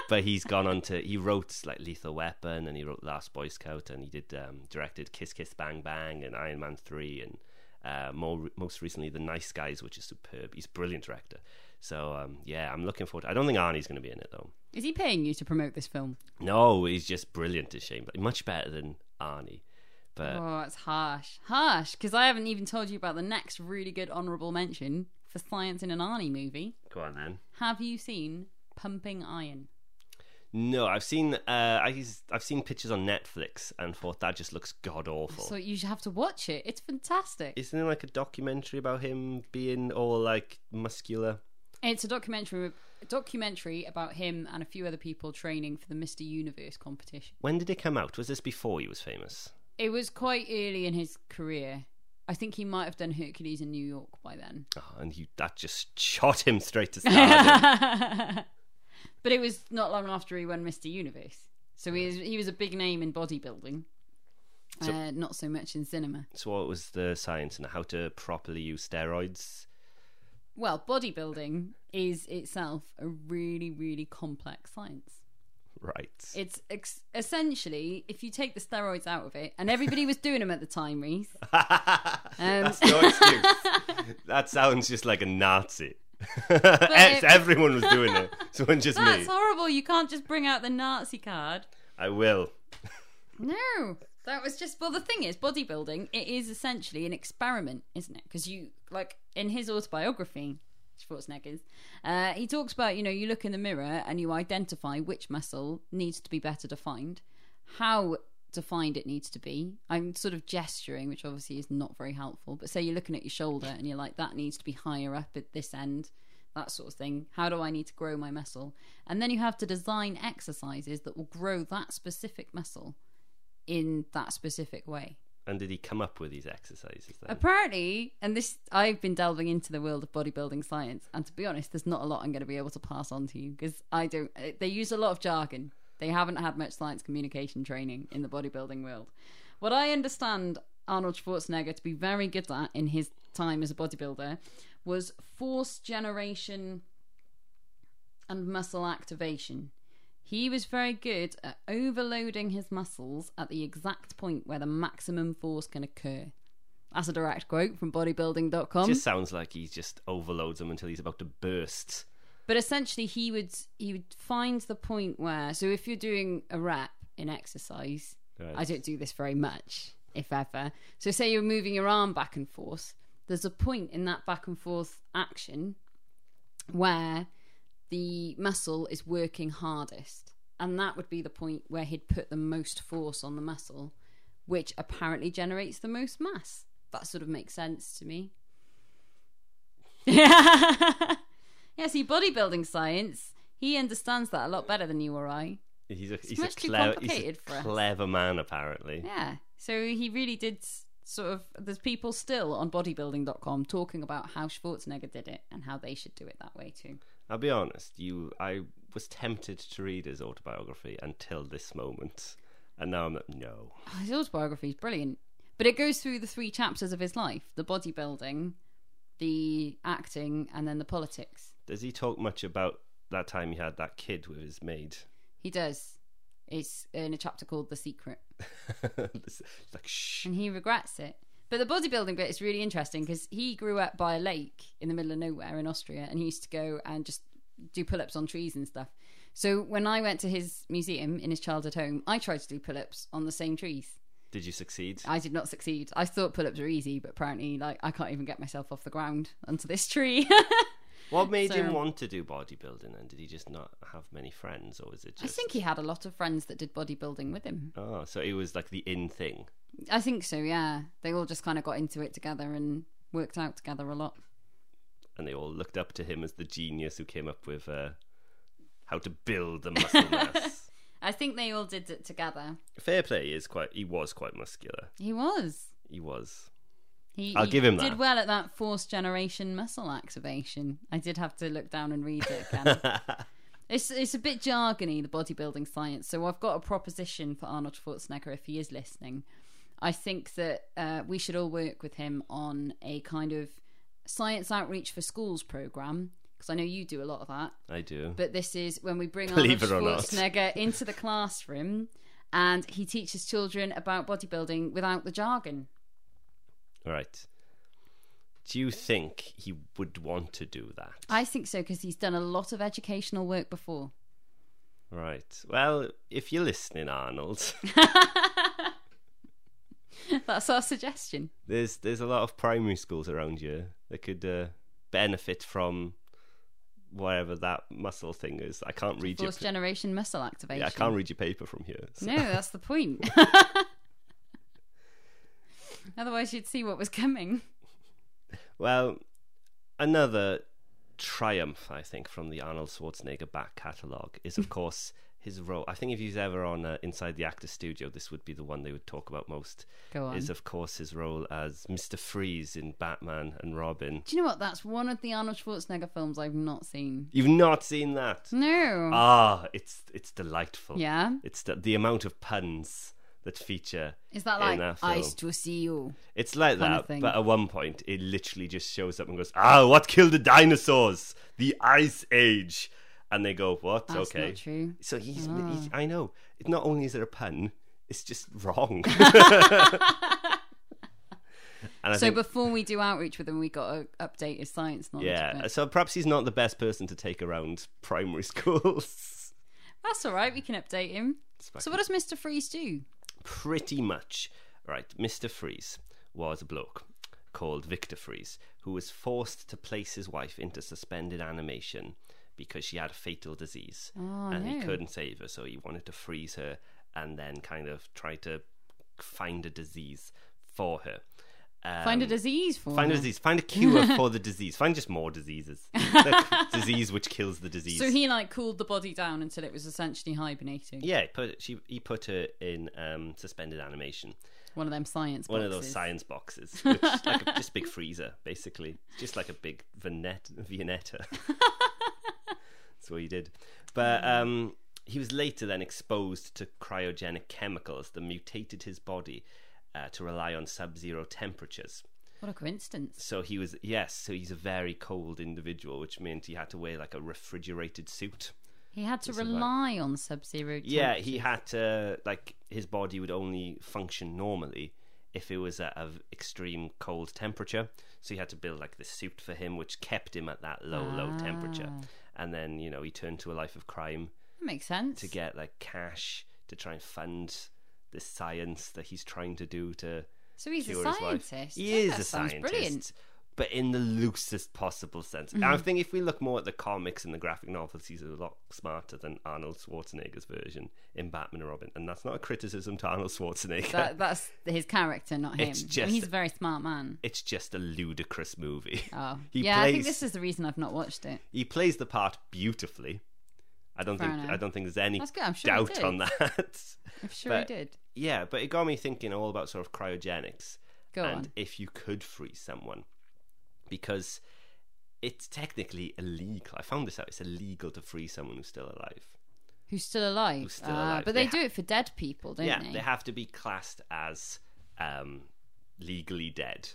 Speaker 3: but he's gone on to he wrote like Lethal Weapon and he wrote Last Boy Scout and he did um, directed Kiss Kiss Bang Bang and Iron Man Three and uh, more most recently The Nice Guys, which is superb. He's a brilliant director. So um, yeah, I'm looking forward. To, I don't think Arnie's going to be in it though.
Speaker 2: Is he paying you to promote this film?
Speaker 3: No, he's just brilliant as Shane, but much better than Arnie. But
Speaker 2: oh, it's harsh, harsh. Because I haven't even told you about the next really good honourable mention for science in an Arnie movie.
Speaker 3: go on then.
Speaker 2: Have you seen Pumping Iron?
Speaker 3: No, I've seen uh, I, I've seen pictures on Netflix and thought that just looks god awful.
Speaker 2: So you should have to watch it. It's fantastic.
Speaker 3: Isn't there like a documentary about him being all like muscular?
Speaker 2: It's a documentary, a documentary about him and a few other people training for the Mr. Universe competition.
Speaker 3: When did it come out? Was this before he was famous?
Speaker 2: It was quite early in his career. I think he might have done Hercules in New York by then.
Speaker 3: Oh, and you that just <laughs> shot him straight to
Speaker 2: <laughs>
Speaker 3: stardom.
Speaker 2: but it was not long after he won Mr. Universe. So he, is, he was a big name in bodybuilding,
Speaker 3: So-
Speaker 2: uh, not so much in cinema.
Speaker 3: so what was the science and how to properly use steroids?
Speaker 2: Well, bodybuilding is itself a really, really complex science.
Speaker 3: Right.
Speaker 2: It's ex- essentially, if you take the steroids out of it, and everybody was doing them at the time, Reese.
Speaker 3: <laughs> <laughs>
Speaker 2: um,
Speaker 3: That's no excuse. that sounds just like a Nazi. <laughs> Ev-
Speaker 2: it-
Speaker 3: Everyone was doing it. So <laughs> it wasn't just
Speaker 2: <laughs>
Speaker 3: me.
Speaker 2: That's horrible. You can't just bring out the Nazi card.
Speaker 3: I will.
Speaker 2: No, that was just well. The thing is, bodybuilding it is essentially an experiment, isn't it? Because you like in his autobiography, Schwarzenegger's, uh, he talks about you know you look in the mirror and you identify which muscle needs to be better defined, how defined it needs to be. I'm sort of gesturing, which obviously is not very helpful. But say you're looking at your shoulder and you're like that needs to be higher up at this end. That sort of thing. How do I need to grow my muscle? And then you have to design exercises that will grow that specific muscle in that specific way.
Speaker 3: And did he come up with these exercises then?
Speaker 2: Apparently, and this I've been delving into the world of bodybuilding science, and to be honest, there's not a lot I'm going to be able to pass on to you because I don't. uh, They use a lot of jargon. They haven't had much science communication training in the bodybuilding world. What I understand Arnold Schwarzenegger to be very good at in his time as a bodybuilder was force generation and muscle activation. He was very good at overloading his muscles at the exact point where the maximum force can occur. That's a direct quote from bodybuilding.com.
Speaker 3: just sounds like he just overloads them until he's about to burst.
Speaker 2: But essentially, he would he would find the point where. So if you're doing a rep in exercise,
Speaker 3: Right.
Speaker 2: I don't do this very much, if ever. So say you're moving your arm back and forth. There's a point in that back and forth action where the muscle is working hardest, and that would be the point where he'd put the most force on the muscle, which apparently generates the most mass. That sort of makes sense to me. <laughs> Yeah. Yeah, see, bodybuilding science, he understands that a lot better than you or I.
Speaker 3: He's a, he's a
Speaker 2: much too
Speaker 3: clever, he's a
Speaker 2: complicated for us.
Speaker 3: clever man, apparently.
Speaker 2: Yeah. So he really did sort of there's people still on bodybuilding.com talking about how Schwarzenegger did it and how they should do it that way too. <sighs>
Speaker 3: I'll be honest, you I was tempted to read his autobiography until this moment. And now I'm like, no.
Speaker 2: Oh, his autobiography is brilliant, but it goes through the three chapters of his life: the bodybuilding, the acting, and then the politics.
Speaker 3: Does he talk much about that time he had that kid with his maid? <laughs>
Speaker 2: He does. It's in a chapter called "The Secret."
Speaker 3: It's like shh.
Speaker 2: and he regrets it. But the bodybuilding bit is really interesting because he grew up by a lake in the middle of nowhere in Austria, and he used to go and just do pull-ups on trees and stuff. So when I went to his museum in his childhood home, I tried to do pull-ups on the same trees.
Speaker 3: Did you succeed?
Speaker 2: I did not succeed. I thought pull-ups were easy, but apparently, like I can't even get myself off the ground onto this tree. <laughs>
Speaker 3: What made
Speaker 2: So-
Speaker 3: him want to do bodybuilding and did he just not have many friends or was it
Speaker 2: I
Speaker 3: just
Speaker 2: think he had a lot of friends that did bodybuilding with him.
Speaker 3: Oh, so it was like the in thing.
Speaker 2: I think so. Yeah, they all just kind of got into it together and worked out together a lot.
Speaker 3: And they all looked up to him as the genius who came up with uh, how to build
Speaker 2: <laughs>
Speaker 3: the muscle mass.
Speaker 2: I think they all did it together.
Speaker 3: Fair play is quite he was quite muscular.
Speaker 2: He was.
Speaker 3: He was.
Speaker 2: He,
Speaker 3: I'll
Speaker 2: he
Speaker 3: give him
Speaker 2: did
Speaker 3: that.
Speaker 2: well at that force generation muscle activation. I did have to look down and read it again.
Speaker 3: <laughs>
Speaker 2: it's it's a bit jargony the bodybuilding science. So I've got a proposition for Arnold Schwarzenegger if he is listening. I think that uh, we should all work with him on a kind of science outreach for schools program because I know you do a lot of that.
Speaker 3: I do.
Speaker 2: But this is when we bring Arnold
Speaker 3: Believe it or not.
Speaker 2: Schwarzenegger into the classroom and he teaches children about bodybuilding without the jargon.
Speaker 3: All right. Do you think he would want to do that?
Speaker 2: I think so because he's done a lot of educational work before.
Speaker 3: Right. Well, if you're listening, Arnold, <laughs>
Speaker 2: That's our suggestion.
Speaker 3: there's there's a lot of primary schools around here that could uh, benefit from whatever that muscle thing is. I can't read your
Speaker 2: Force
Speaker 3: pa-
Speaker 2: generation muscle activation.
Speaker 3: yeah, I can't read your paper from here. so-
Speaker 2: No, that's the
Speaker 3: <laughs>
Speaker 2: point. <laughs> Otherwise, you'd see what was coming.
Speaker 3: Well, another triumph, I think, from the Arnold Schwarzenegger back catalogue
Speaker 2: <laughs>
Speaker 3: is, of course, his role. I think if he's ever on uh, Inside the Actors Studio, this would be the one they would talk about most.
Speaker 2: Go on.
Speaker 3: Is, of course, his role as Mr. Freeze in Batman and Robin.
Speaker 2: Do you know what? That's one of the Arnold Schwarzenegger films I've not seen.
Speaker 3: You've not seen that?
Speaker 2: No.
Speaker 3: Ah, it's it's delightful.
Speaker 2: Mm. Yeah?
Speaker 3: It's the, the amount of puns that feature.
Speaker 2: Is that
Speaker 3: in
Speaker 2: like
Speaker 3: that film.
Speaker 2: Ice to see you?
Speaker 3: It's like
Speaker 2: kind of
Speaker 3: that,
Speaker 2: thing.
Speaker 3: but at one point it literally just shows up and goes, "Ah, what killed the dinosaurs? The Ice Age." And they go, "What?
Speaker 2: That's
Speaker 3: okay."
Speaker 2: not true. Ah.
Speaker 3: So he's, he's I know. It, not only is it a pun, it's just
Speaker 2: <laughs>
Speaker 3: wrong. and I
Speaker 2: so
Speaker 3: think,
Speaker 2: before we do outreach with him, we got to update his science knowledge. a
Speaker 3: yeah,
Speaker 2: bit.
Speaker 3: so perhaps he's not the best person to take around primary <laughs> schools.
Speaker 2: that's all right. We can update him. So what does Mister Freeze do?
Speaker 3: pretty much right. Mr. Freeze was a bloke called Victor Freeze who was forced to place his wife into suspended animation because she had a fatal disease and he
Speaker 2: Oh, no.
Speaker 3: couldn't save her, so he wanted to freeze her and then kind of try to find a disease for her. Um,
Speaker 2: Find a disease for
Speaker 3: Find a
Speaker 2: her.
Speaker 3: disease. Find
Speaker 2: <laughs>
Speaker 3: a cure for the disease. Find just more diseases. The disease which kills the disease.
Speaker 2: So he like cooled the body down until it was essentially hibernating.
Speaker 3: yeah, he put she he put her in um, suspended animation.
Speaker 2: One of them science.
Speaker 3: one
Speaker 2: boxes.
Speaker 3: of those science boxes, which like a, just big freezer, basically, just like a big vinet vianetta. That's what he did, but um, he was later then exposed to cryogenic chemicals that mutated his body uh, to rely on sub-zero temperatures.
Speaker 2: What a coincidence!
Speaker 3: So he was yes, so he's a very cold individual, which meant he had to wear like a refrigerated suit.
Speaker 2: He had to rely on Sub-Zero. temp-
Speaker 3: Yeah, he had to like his body would only function normally if it was at an extreme cold temperature. So he had to build like this suit for him, which kept him at that low, low temperature. And then you know he turned to a life of crime
Speaker 2: that makes sense.
Speaker 3: to get like cash to try and fund this science that he's trying to do to
Speaker 2: so he's a
Speaker 3: cure his wife.
Speaker 2: scientist.
Speaker 3: He
Speaker 2: Yeah,
Speaker 3: is
Speaker 2: that
Speaker 3: a
Speaker 2: sounds
Speaker 3: scientist, <laughs>
Speaker 2: Brilliant.
Speaker 3: but in the loosest possible sense. And I
Speaker 2: Mm-hmm.
Speaker 3: think if we look more at the comics and the graphic novels, he's a lot smarter than Arnold Schwarzenegger's version in Batman and Robin. And that's not a criticism to Arnold Schwarzenegger.
Speaker 2: That, that's his character, not him. I
Speaker 3: It's
Speaker 2: mean,
Speaker 3: just-
Speaker 2: he's a very smart man.
Speaker 3: <laughs> It's just a ludicrous movie.
Speaker 2: <laughs> Oh,
Speaker 3: <laughs> he
Speaker 2: yeah.
Speaker 3: plays
Speaker 2: I think this is the reason I've not watched it.
Speaker 3: he plays the part beautifully. I don't
Speaker 2: Fair
Speaker 3: think I
Speaker 2: enough.
Speaker 3: don't think there's any
Speaker 2: That's good, I'm sure he
Speaker 3: doubt
Speaker 2: did.
Speaker 3: on <laughs> that.
Speaker 2: I'm sure
Speaker 3: But-
Speaker 2: he did.
Speaker 3: yeah, but it got me thinking all about sort of cryogenics
Speaker 2: Go
Speaker 3: and
Speaker 2: on.
Speaker 3: if you could freeze someone, because it's technically illegal. I found this out. It's illegal to freeze someone who's still alive.
Speaker 2: Who's still alive?
Speaker 3: Who's still
Speaker 2: Ah,
Speaker 3: alive.
Speaker 2: but they,
Speaker 3: They
Speaker 2: do
Speaker 3: ha-
Speaker 2: it for dead people, don't
Speaker 3: yeah,
Speaker 2: they?
Speaker 3: they have to be classed as um, legally dead.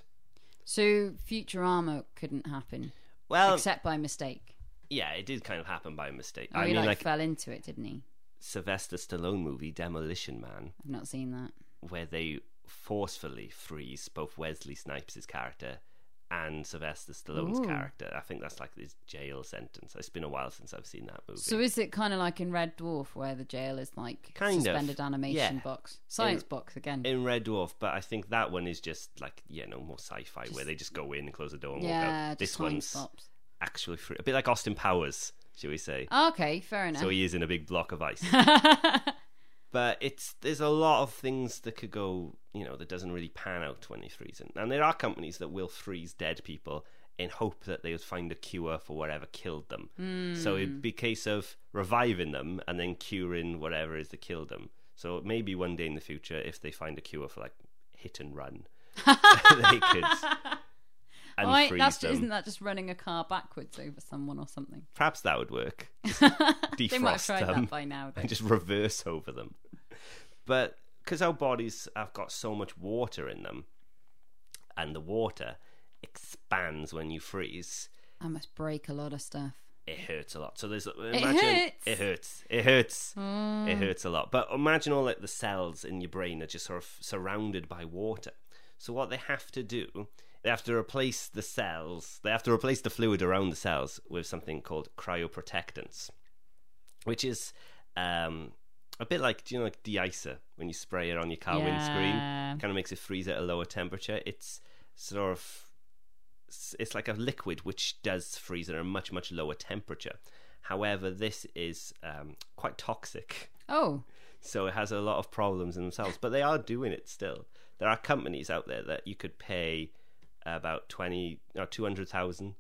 Speaker 2: so Futurama couldn't happen
Speaker 3: Well,
Speaker 2: except by mistake.
Speaker 3: yeah, it did kind of happen by mistake.
Speaker 2: Oh,
Speaker 3: I
Speaker 2: he
Speaker 3: mean,
Speaker 2: like,
Speaker 3: like
Speaker 2: fell into it, didn't he?
Speaker 3: Sylvester Stallone movie Demolition Man,
Speaker 2: I've not seen that.
Speaker 3: where they forcefully freeze both Wesley Snipes' character and Sylvester Stallone's
Speaker 2: Ooh.
Speaker 3: character. I think that's like his jail sentence. It's been a while since I've seen that movie.
Speaker 2: So is it kind of like in Red Dwarf where the jail is like
Speaker 3: Kind of,
Speaker 2: suspended animation
Speaker 3: yeah.
Speaker 2: box, science box again?
Speaker 3: in Red Dwarf, but I think that one is just like you know more sci-fi, where they just go in and close the door and walk
Speaker 2: yeah,
Speaker 3: out.
Speaker 2: just
Speaker 3: This
Speaker 2: time
Speaker 3: one's
Speaker 2: stops.
Speaker 3: actually free, a bit like Austin Powers, should we say?
Speaker 2: Ah, Okay, fair enough. <laughs>
Speaker 3: So he is in a big block of ice.
Speaker 2: yeah,
Speaker 3: but it's there's a lot of things that could go you know that doesn't really pan out when you freeze it and there are companies that will freeze dead people in hope that they would find a cure for whatever killed them
Speaker 2: Hmm.
Speaker 3: so it'd be a case of reviving them and then curing whatever is that killed them so maybe one day in the future if they find a cure for like hit and run <laughs>
Speaker 2: <laughs>
Speaker 3: they could unfreeze
Speaker 2: that's
Speaker 3: them
Speaker 2: isn't that just running a car backwards over someone or something?
Speaker 3: perhaps that
Speaker 2: <laughs>
Speaker 3: would work defrost
Speaker 2: they might have tried
Speaker 3: them
Speaker 2: that by now. though.
Speaker 3: and just reverse over them. But because our bodies have got so much water in them, and the water expands when you freeze,
Speaker 2: I must break a lot of stuff.
Speaker 3: it hurts a lot. So there's imagine
Speaker 2: hurts. Hmm.
Speaker 3: it hurts, it hurts, it hurts a lot. But imagine all like the cells in your brain are just sort of surrounded by water. So what they have to do, they have to replace the cells, they have to replace the fluid around the cells with something called cryoprotectants, which is um, a bit like do you know like deicer when you spray it on your car
Speaker 2: Yeah.
Speaker 3: windscreen, kind of makes it freeze at a lower temperature. It's sort of s- it's like a liquid which does freeze at a much much lower temperature. However, this is um, quite toxic,
Speaker 2: Oh,
Speaker 3: so it has a lot of problems in themselves. But they are doing it still. There are companies out there that you could pay about twenty or two hundred thousand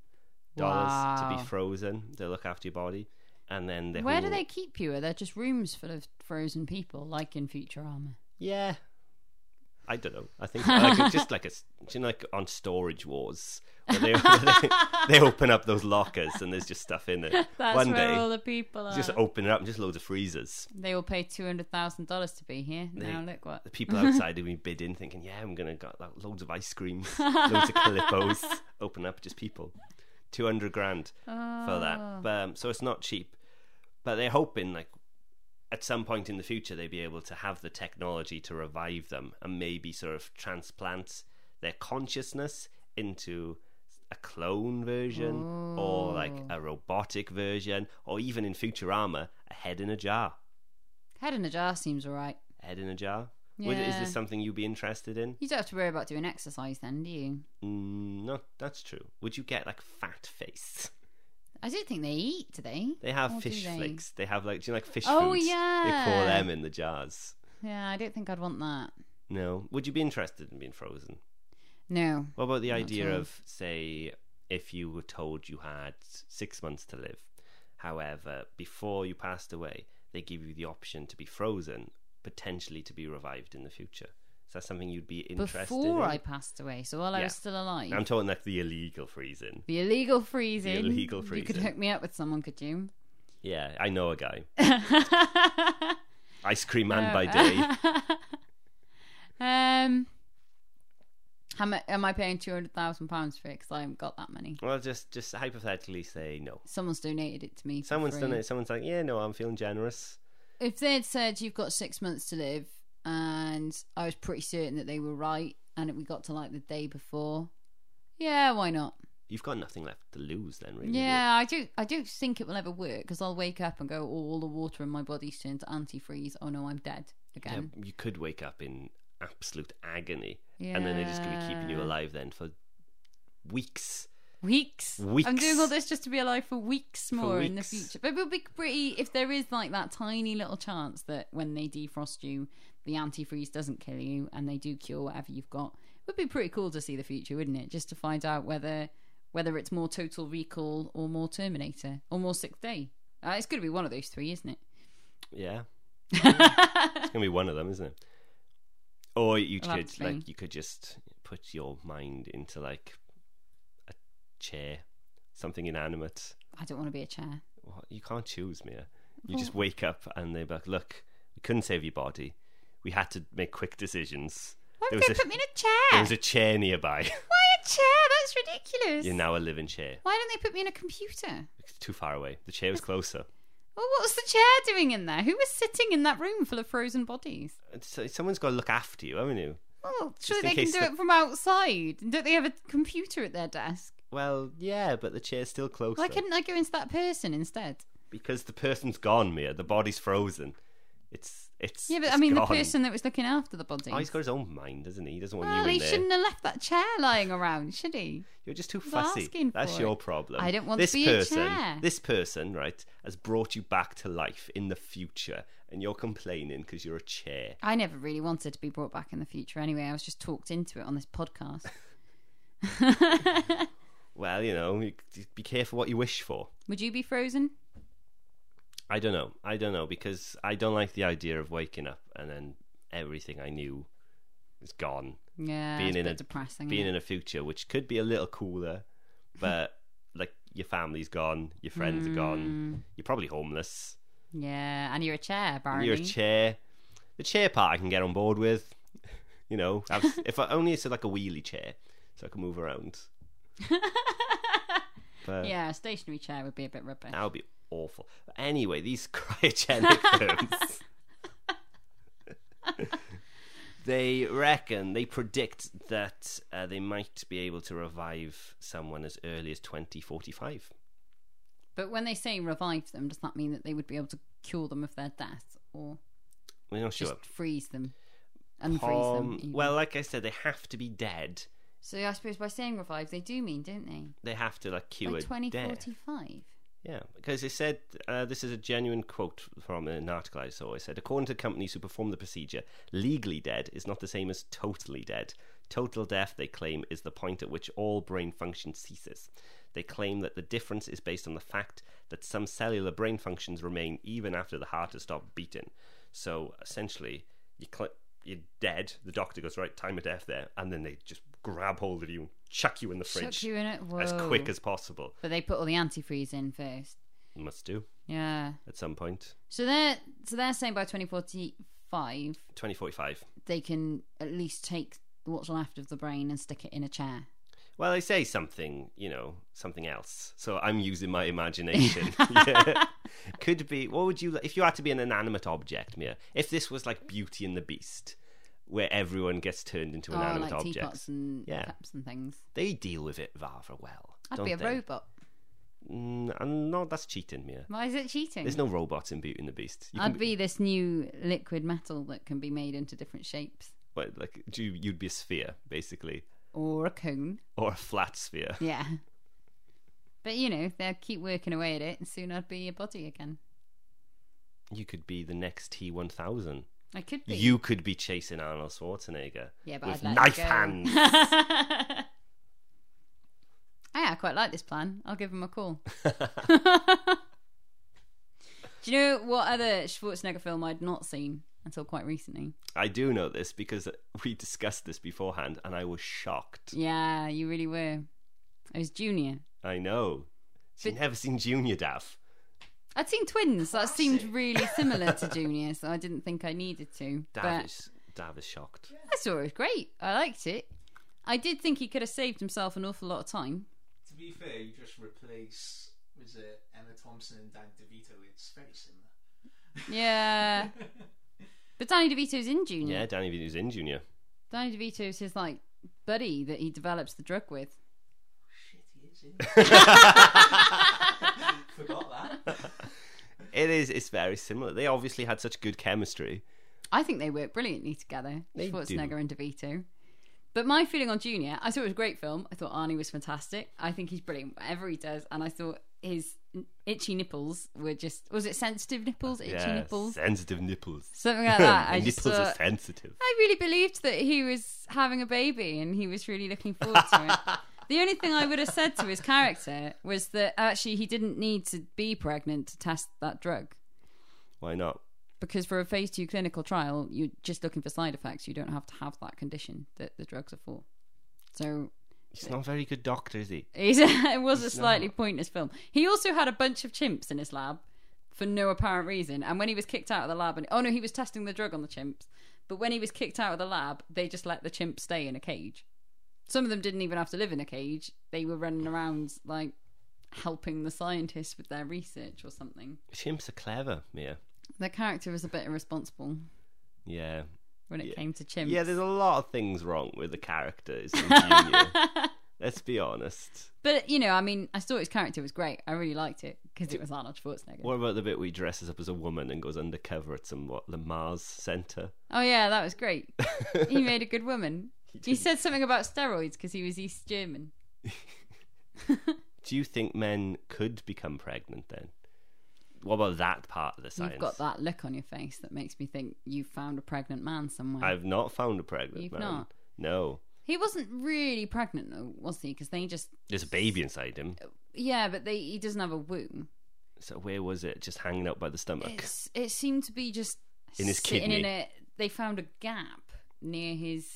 Speaker 3: dollars to
Speaker 2: Wow.
Speaker 3: be frozen. They look after your body, and then they
Speaker 2: where do they keep you? Are there just rooms full of frozen people, like in Futurama?
Speaker 3: Yeah. I don't know. I think like, it's just like a, s- you know, like on Storage Wars, where they, <laughs> they, they open up those lockers and there's just stuff in there.
Speaker 2: <laughs> That's
Speaker 3: One
Speaker 2: where
Speaker 3: day,
Speaker 2: all the people are.
Speaker 3: just open it up and just loads of freezers.
Speaker 2: They will pay two hundred thousand dollars to be here. Now look what. <laughs>
Speaker 3: The people outside have been bidding, thinking, "Yeah, I'm gonna got like, loads of ice creams, loads of
Speaker 2: <laughs>
Speaker 3: calippos." Open up, just people, two hundred grand for
Speaker 2: Ah. Oh.
Speaker 3: that. But, um, so it's not cheap, but they're hoping like at some point in the future they'd be able to have the technology to revive them and maybe sort of transplant their consciousness into a clone version or like a robotic version or even in Futurama a head in a jar
Speaker 2: Head in a jar seems alright.
Speaker 3: head in a jar? Would, is
Speaker 2: Yeah.
Speaker 3: this something you'd be interested in?
Speaker 2: You don't have to worry about doing exercise then, do you?
Speaker 3: Mm, no, that's true. Would you get like fat face? <laughs>
Speaker 2: I don't think they eat, do they?
Speaker 3: They have
Speaker 2: Or do
Speaker 3: fish
Speaker 2: they?
Speaker 3: flakes. They have like, do you know, like fish
Speaker 2: Oh,
Speaker 3: foods? They pour
Speaker 2: yeah.
Speaker 3: them in the jars.
Speaker 2: Yeah, I don't think I'd want that.
Speaker 3: No. Would you be interested in being frozen?
Speaker 2: No.
Speaker 3: What about the
Speaker 2: Not at
Speaker 3: idea
Speaker 2: all.
Speaker 3: of, say, if you were told you had six months to live, however, before you passed away, they give you the option to be frozen, potentially to be revived in the future? Is that something you'd be interested
Speaker 2: Before
Speaker 3: in?
Speaker 2: I passed away, so while I
Speaker 3: eh? Yeah.
Speaker 2: was still alive.
Speaker 3: I'm talking like the illegal freezing.
Speaker 2: the illegal freezing.
Speaker 3: illegal
Speaker 2: You could
Speaker 3: freezing.
Speaker 2: hook me up with someone, could you?
Speaker 3: Yeah, I know a guy.
Speaker 2: <laughs>
Speaker 3: Ice cream man by day. <laughs>
Speaker 2: um, how mu- am I paying two hundred thousand pounds for it? Because I haven't got that money.
Speaker 3: Well, just just hypothetically say no.
Speaker 2: Someone's donated it to me. for
Speaker 3: Someone's done
Speaker 2: free.
Speaker 3: it. Someone's like, yeah, no, I'm feeling generous.
Speaker 2: If they had said you've got six months to live, and I was pretty certain that they were right, and we got to like the day before, yeah, why not?
Speaker 3: You've got nothing left to lose, then, really.
Speaker 2: Yeah, I do. I do think it will ever work because I'll wake up and go, oh, all the water in my body's turned to antifreeze. Oh no, I'm dead
Speaker 3: Yeah,
Speaker 2: again.
Speaker 3: you could wake up in absolute agony, and then they're just going to be keeping you
Speaker 2: Yeah.
Speaker 3: alive then for weeks.
Speaker 2: Weeks. I'm
Speaker 3: Weeks.
Speaker 2: doing all this just to be alive for weeks more in the
Speaker 3: weeks.
Speaker 2: future. But it'll be pretty if there is like that tiny little chance that when they defrost you, the antifreeze doesn't kill you and they do cure whatever you've got. It would be pretty cool to see the future, wouldn't it? Just to find out whether whether it's more Total Recall or more Terminator or more Sixth Day. Uh, it's going to be one of those three, isn't it? <laughs>
Speaker 3: Yeah, it's going to be one of them, isn't it? Or you
Speaker 2: We'll have
Speaker 3: could
Speaker 2: to see.
Speaker 3: like you could just put your mind into like a chair, something inanimate.
Speaker 2: I don't want to be a chair.
Speaker 3: Well, you can't choose, Mia. You just
Speaker 2: Oh.
Speaker 3: wake up and they're like, look, we couldn't save your body. We had to make quick decisions.
Speaker 2: Why
Speaker 3: There
Speaker 2: would they
Speaker 3: was a-
Speaker 2: put me in a
Speaker 3: There
Speaker 2: chair?
Speaker 3: was a chair
Speaker 2: Why
Speaker 3: nearby. <laughs>
Speaker 2: a chair? That's ridiculous.
Speaker 3: You're now a living chair.
Speaker 2: Why don't they put me in a computer?
Speaker 3: It's too far away. The chair was closer.
Speaker 2: Well, what was the chair doing in there? Who was sitting in that room full of frozen bodies?
Speaker 3: So someone's got to look after you, haven't you?
Speaker 2: Well,
Speaker 3: in
Speaker 2: surely they can
Speaker 3: case
Speaker 2: do
Speaker 3: the-
Speaker 2: it from outside. Don't they have a computer at their desk?
Speaker 3: Well, yeah, but the chair's still closer.
Speaker 2: Why couldn't I go into that person instead?
Speaker 3: Because the person's gone, Mia. The body's frozen. It's it's.
Speaker 2: Yeah, but I
Speaker 3: it's
Speaker 2: mean,
Speaker 3: gone.
Speaker 2: the person that was looking after the body.
Speaker 3: Oh, he's got his own mind, doesn't he? He doesn't want
Speaker 2: well,
Speaker 3: you in
Speaker 2: he
Speaker 3: there.
Speaker 2: shouldn't have left that chair lying around, should he?
Speaker 3: You're just too
Speaker 2: was
Speaker 3: fussy.
Speaker 2: asking
Speaker 3: That's
Speaker 2: for
Speaker 3: your
Speaker 2: it.
Speaker 3: problem.
Speaker 2: I don't want to
Speaker 3: this
Speaker 2: be a
Speaker 3: person,
Speaker 2: chair.
Speaker 3: This person, right, has brought you back to life in the future, and you're complaining because you're a chair.
Speaker 2: I never really wanted to be brought back in the future anyway. I was just talked into it on this podcast. <laughs>
Speaker 3: Well, you know, you, you be careful what you wish for.
Speaker 2: Would you be frozen?
Speaker 3: I don't know. I don't know because I don't like the idea of waking up and then everything I knew is gone.
Speaker 2: Yeah,
Speaker 3: Being
Speaker 2: it's a
Speaker 3: in
Speaker 2: bit
Speaker 3: a-
Speaker 2: depressing.
Speaker 3: Being
Speaker 2: isn't
Speaker 3: in a future which could be a little cooler, but like your family's gone, your friends are gone, you're probably homeless.
Speaker 2: it? yeah, and you're a chair, Barney.
Speaker 3: You're a chair. The chair part I can get on board with. <laughs> You know, I've, if I only it's like a wheelie chair, so I can move around. but
Speaker 2: Yeah, a stationary chair would be a bit rubbish.
Speaker 3: that would be awful. But anyway, these <laughs> cryogenic films. <laughs> they reckon they predict that uh, they might be able to revive someone as early as 2045.
Speaker 2: But when they say revive them, does that mean that they would be able to cure them of their death or
Speaker 3: We're not
Speaker 2: just
Speaker 3: sure.
Speaker 2: freeze them? Unfreeze them.
Speaker 3: Um,
Speaker 2: even?
Speaker 3: well, like I said, they have to be dead.
Speaker 2: so I suppose by saying revive, they do mean, don't they?
Speaker 3: They have to like cure
Speaker 2: By
Speaker 3: death.
Speaker 2: 2045.
Speaker 3: Yeah, because it said uh, this is a genuine quote from an article I saw. It said, according to companies who perform the procedure, legally dead is not the same as totally dead. Total death, they claim, is the point at which all brain function ceases. They claim that the difference is based on the fact that some cellular brain functions remain even after the heart has stopped beating. So essentially, you cl- you're dead. The doctor goes, right, time of death there. And then they just grab hold of you and chuck you in the
Speaker 2: Chuck
Speaker 3: fridge
Speaker 2: you in it.
Speaker 3: as
Speaker 2: Whoa.
Speaker 3: quick as possible.
Speaker 2: But they put all the antifreeze in first.
Speaker 3: Must do
Speaker 2: Yeah.
Speaker 3: at some point.
Speaker 2: So they're so they're saying by 2045
Speaker 3: 2045.
Speaker 2: they can at least take what's left of the brain and stick it in a chair.
Speaker 3: Well, I say something, you know, something else. So I'm using
Speaker 2: <laughs>
Speaker 3: my imagination. <laughs> Yeah. Could be. What would you, if you had to be an inanimate object, Mia? If this was like Beauty and the Beast, where everyone gets turned into
Speaker 2: Oh,
Speaker 3: inanimate
Speaker 2: like
Speaker 3: objects,
Speaker 2: teapots and
Speaker 3: Yeah.
Speaker 2: cups and things.
Speaker 3: they deal with it rather well.
Speaker 2: I'd
Speaker 3: don't
Speaker 2: be a
Speaker 3: they?
Speaker 2: robot.
Speaker 3: Mm, I'm not. That's cheating, Mia.
Speaker 2: Why is it cheating?
Speaker 3: There's no robots in Beauty and the Beast. You can
Speaker 2: Mm. I'd be this new liquid metal that can be made into different shapes
Speaker 3: what, like you- you'd be a sphere basically,
Speaker 2: or a cone.
Speaker 3: or a flat sphere.
Speaker 2: Yeah. But you know, they'll keep working away at it and soon I'd be a body again.
Speaker 3: You could be the next T1000.
Speaker 2: I could be.
Speaker 3: You could be chasing Arnold Schwarzenegger
Speaker 2: yeah, but I'd
Speaker 3: with
Speaker 2: let
Speaker 3: knife
Speaker 2: it go. <laughs>
Speaker 3: hands.
Speaker 2: Yeah, Ah, I quite like this plan. I'll give him a
Speaker 3: <laughs>
Speaker 2: call. Do you know what other Schwarzenegger film I'd not seen until quite recently?
Speaker 3: I do know this because we discussed this beforehand and I was shocked.
Speaker 2: Yeah, you really were. It was Junior.
Speaker 3: I know. She'd never seen Junior Daff.
Speaker 2: I'd seen twins. That seemed
Speaker 3: <laughs>
Speaker 2: really similar to Junior, so I didn't think I needed to.
Speaker 3: Dav
Speaker 2: but
Speaker 3: is, Dav is shocked.
Speaker 2: I saw it was great. I liked it. I did think he could have saved himself an awful lot of
Speaker 3: <laughs>
Speaker 2: time.
Speaker 4: To be fair, you just replace was it Emma Thompson and Dan DeVito in space,
Speaker 2: <laughs>
Speaker 4: and
Speaker 2: Yeah. but Danny DeVito's in Junior.
Speaker 3: Yeah, Danny was
Speaker 2: <laughs>
Speaker 3: in Junior.
Speaker 2: Danny DeVito's his like buddy that he develops the drug with.
Speaker 3: <laughs>
Speaker 4: shit he is in. Forgot that.
Speaker 3: It is. It's very similar. They obviously had such good chemistry.
Speaker 2: I think they work brilliantly together,
Speaker 3: They
Speaker 2: Schwarzenegger
Speaker 3: do.
Speaker 2: and DeVito. But my feeling on Junior, I thought it was a great film. I thought Arnie was fantastic. I think he's brilliant, whatever he does. And I thought his n- itchy nipples were just was it sensitive nipples, itchy
Speaker 3: yeah,
Speaker 2: nipples,
Speaker 3: sensitive nipples.
Speaker 2: <laughs> something like
Speaker 3: <laughs>
Speaker 2: that. I
Speaker 3: nipples
Speaker 2: just
Speaker 3: are
Speaker 2: thought,
Speaker 3: sensitive.
Speaker 2: I really believed that he was having a baby and he was really looking forward to it. The only thing I would have said to his character was that actually he didn't need to be pregnant to test that drug
Speaker 3: Why not?
Speaker 2: because for a phase two clinical trial, you're just looking for side effects. You don't have to have that condition that the drugs are for. So
Speaker 3: He's not a very good doctor, is he?
Speaker 2: he's, it was a <laughs>
Speaker 3: He's
Speaker 2: slightly
Speaker 3: not.
Speaker 2: pointless film. He also had a bunch of chimps in his lab for no apparent reason. And when he was kicked out of the lab, and oh no, he was testing the drug on the chimps. But when he was kicked out of the lab, they just let the chimps stay in a cage. Some of them didn't even have to live in a cage. They were running around like helping the scientists with their research or something.
Speaker 3: Chimps are clever, Mia.
Speaker 2: Their character was a bit irresponsible
Speaker 3: Yeah.
Speaker 2: when it
Speaker 3: Yeah.
Speaker 2: came to chimps.
Speaker 3: Yeah, there's a lot of things wrong with the characters in
Speaker 2: <laughs>
Speaker 3: Junior. Let's be honest.
Speaker 2: But you know, I mean, I thought his character was great. I really liked it because it was Arnold Schwarzenegger.
Speaker 3: What about the bit where he dresses up as a woman and goes undercover at some what the Mars
Speaker 2: <laughs>
Speaker 3: Center?
Speaker 2: Oh yeah, that was great. he made a good
Speaker 3: <laughs>
Speaker 2: woman. He,
Speaker 3: did.
Speaker 2: said something about steroids because he was East German.
Speaker 3: Do you think men could become pregnant then? What about that part of the science?
Speaker 2: You've got that look on your face that makes me think you found a pregnant man somewhere.
Speaker 3: I've not found a pregnant
Speaker 2: You've
Speaker 3: man.
Speaker 2: not?
Speaker 3: No.
Speaker 2: He wasn't really pregnant though, was he? Because they just
Speaker 3: There's a baby inside him.
Speaker 2: Oh. yeah, but they he doesn't have a womb.
Speaker 3: So where was it? Just hanging out by the stomach.
Speaker 2: It's, it seemed to be just
Speaker 3: In his
Speaker 2: sitting in
Speaker 3: kidney.
Speaker 2: a. They found a gap near his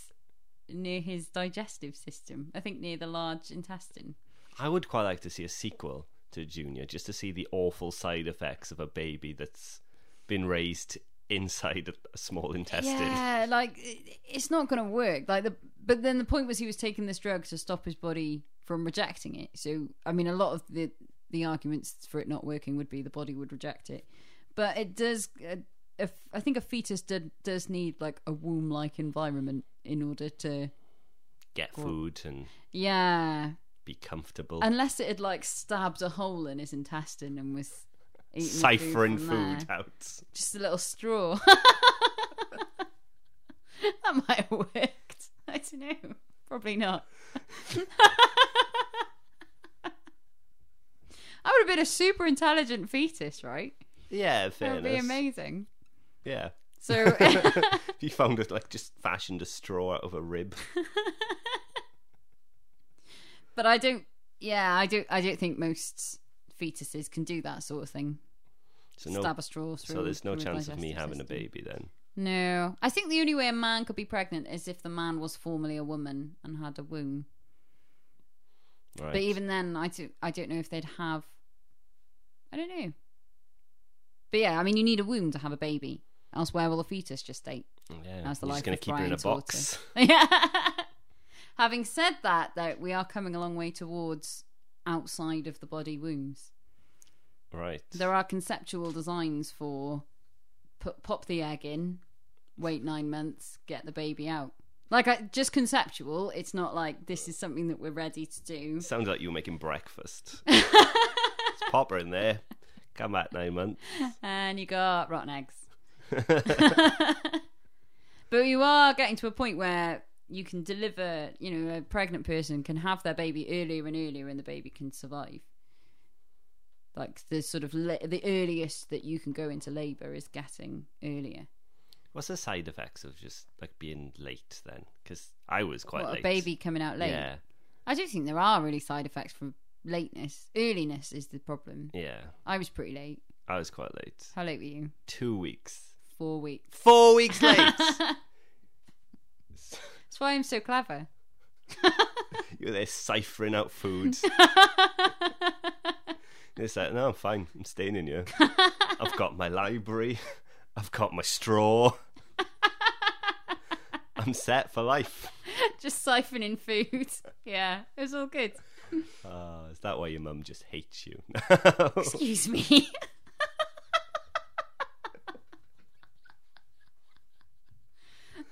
Speaker 2: near his digestive system. I think near the large intestine.
Speaker 3: I would quite like to see a sequel to Junior, just to see the awful side effects of a baby that's been raised inside a small intestine.
Speaker 2: Yeah, like it- it's not going to work. Like the but then the point was he was taking this drug to stop his body from rejecting it. So I mean, a lot of the the arguments for it not working would be the body would reject it, but it does. Uh, if, I think a fetus did, does need like a womb like environment in order to
Speaker 3: Get food and
Speaker 2: yeah.
Speaker 3: be comfortable.
Speaker 2: Unless it had like stabbed a hole in his intestine and was eating the food
Speaker 3: Ciphering
Speaker 2: from
Speaker 3: food,
Speaker 2: there.
Speaker 3: out.
Speaker 2: just a little straw. <laughs> that might have worked. I don't know. Probably not. <laughs> I would have been a super intelligent fetus, right?
Speaker 3: Yeah,
Speaker 2: That
Speaker 3: fairness.
Speaker 2: would be amazing.
Speaker 3: Yeah. <laughs>
Speaker 2: So <laughs>
Speaker 3: If you found it like just fashioned a straw out of a rib.
Speaker 2: but I don't yeah, I don't I don't think most fetuses can do that sort of thing.
Speaker 3: So no
Speaker 2: Stab a straw through.
Speaker 3: So there's no
Speaker 2: through a
Speaker 3: chance of me
Speaker 2: digestive
Speaker 3: having a
Speaker 2: system.
Speaker 3: baby then.
Speaker 2: No. I think the only way a man could be pregnant is if the man was formerly a woman and had a womb.
Speaker 3: Right.
Speaker 2: But even then, I do. I don't know if they'd have. I don't know. But yeah, I mean, you need a womb to have a baby. Else, where will the fetus just stay? <laughs>
Speaker 3: yeah.
Speaker 2: How's the
Speaker 3: I'm
Speaker 2: life
Speaker 3: just gonna
Speaker 2: of
Speaker 3: keep her in a
Speaker 2: Brian's
Speaker 3: box.
Speaker 2: Yeah. Having said that, though, we are coming a long way towards outside of the body wombs.
Speaker 3: Right.
Speaker 2: There are conceptual designs for put, pop the egg in, wait nine months, get the baby out. Like, I, just conceptual. It's not like this is something that we're ready to do.
Speaker 3: Sounds like you were
Speaker 2: <laughs>
Speaker 3: making breakfast. Let's pop her in there. Come back nine months.
Speaker 2: and you got rotten eggs. <laughs> but you are getting to a point where you can deliver, you know, a pregnant person can have their baby earlier and earlier and the baby can survive. Like the sort of la- the earliest that you can go into labor is getting earlier.
Speaker 3: <laughs> What's the side effects of just like being late then? Because I was quite
Speaker 2: What,
Speaker 3: late.
Speaker 2: a baby coming out late.
Speaker 3: Yeah,
Speaker 2: I don't think there are really side effects from lateness. Earliness is the problem.
Speaker 3: yeah.
Speaker 2: I was pretty late.
Speaker 3: I was quite late.
Speaker 2: How late were you?
Speaker 3: Two weeks.
Speaker 2: Four weeks.
Speaker 3: Four weeks
Speaker 2: <laughs>
Speaker 3: late.
Speaker 2: That's why I'm so clever. <laughs>
Speaker 3: you were there ciphering out food. it's like, no, I'm fine. I'm staying
Speaker 2: <laughs>
Speaker 3: in here. I've got my library. I've got my straw. I'm set for life.
Speaker 2: just siphoning food. <laughs> Yeah, it was all good.
Speaker 3: Uh, is that why your mum just hates you? <laughs>
Speaker 2: Excuse me.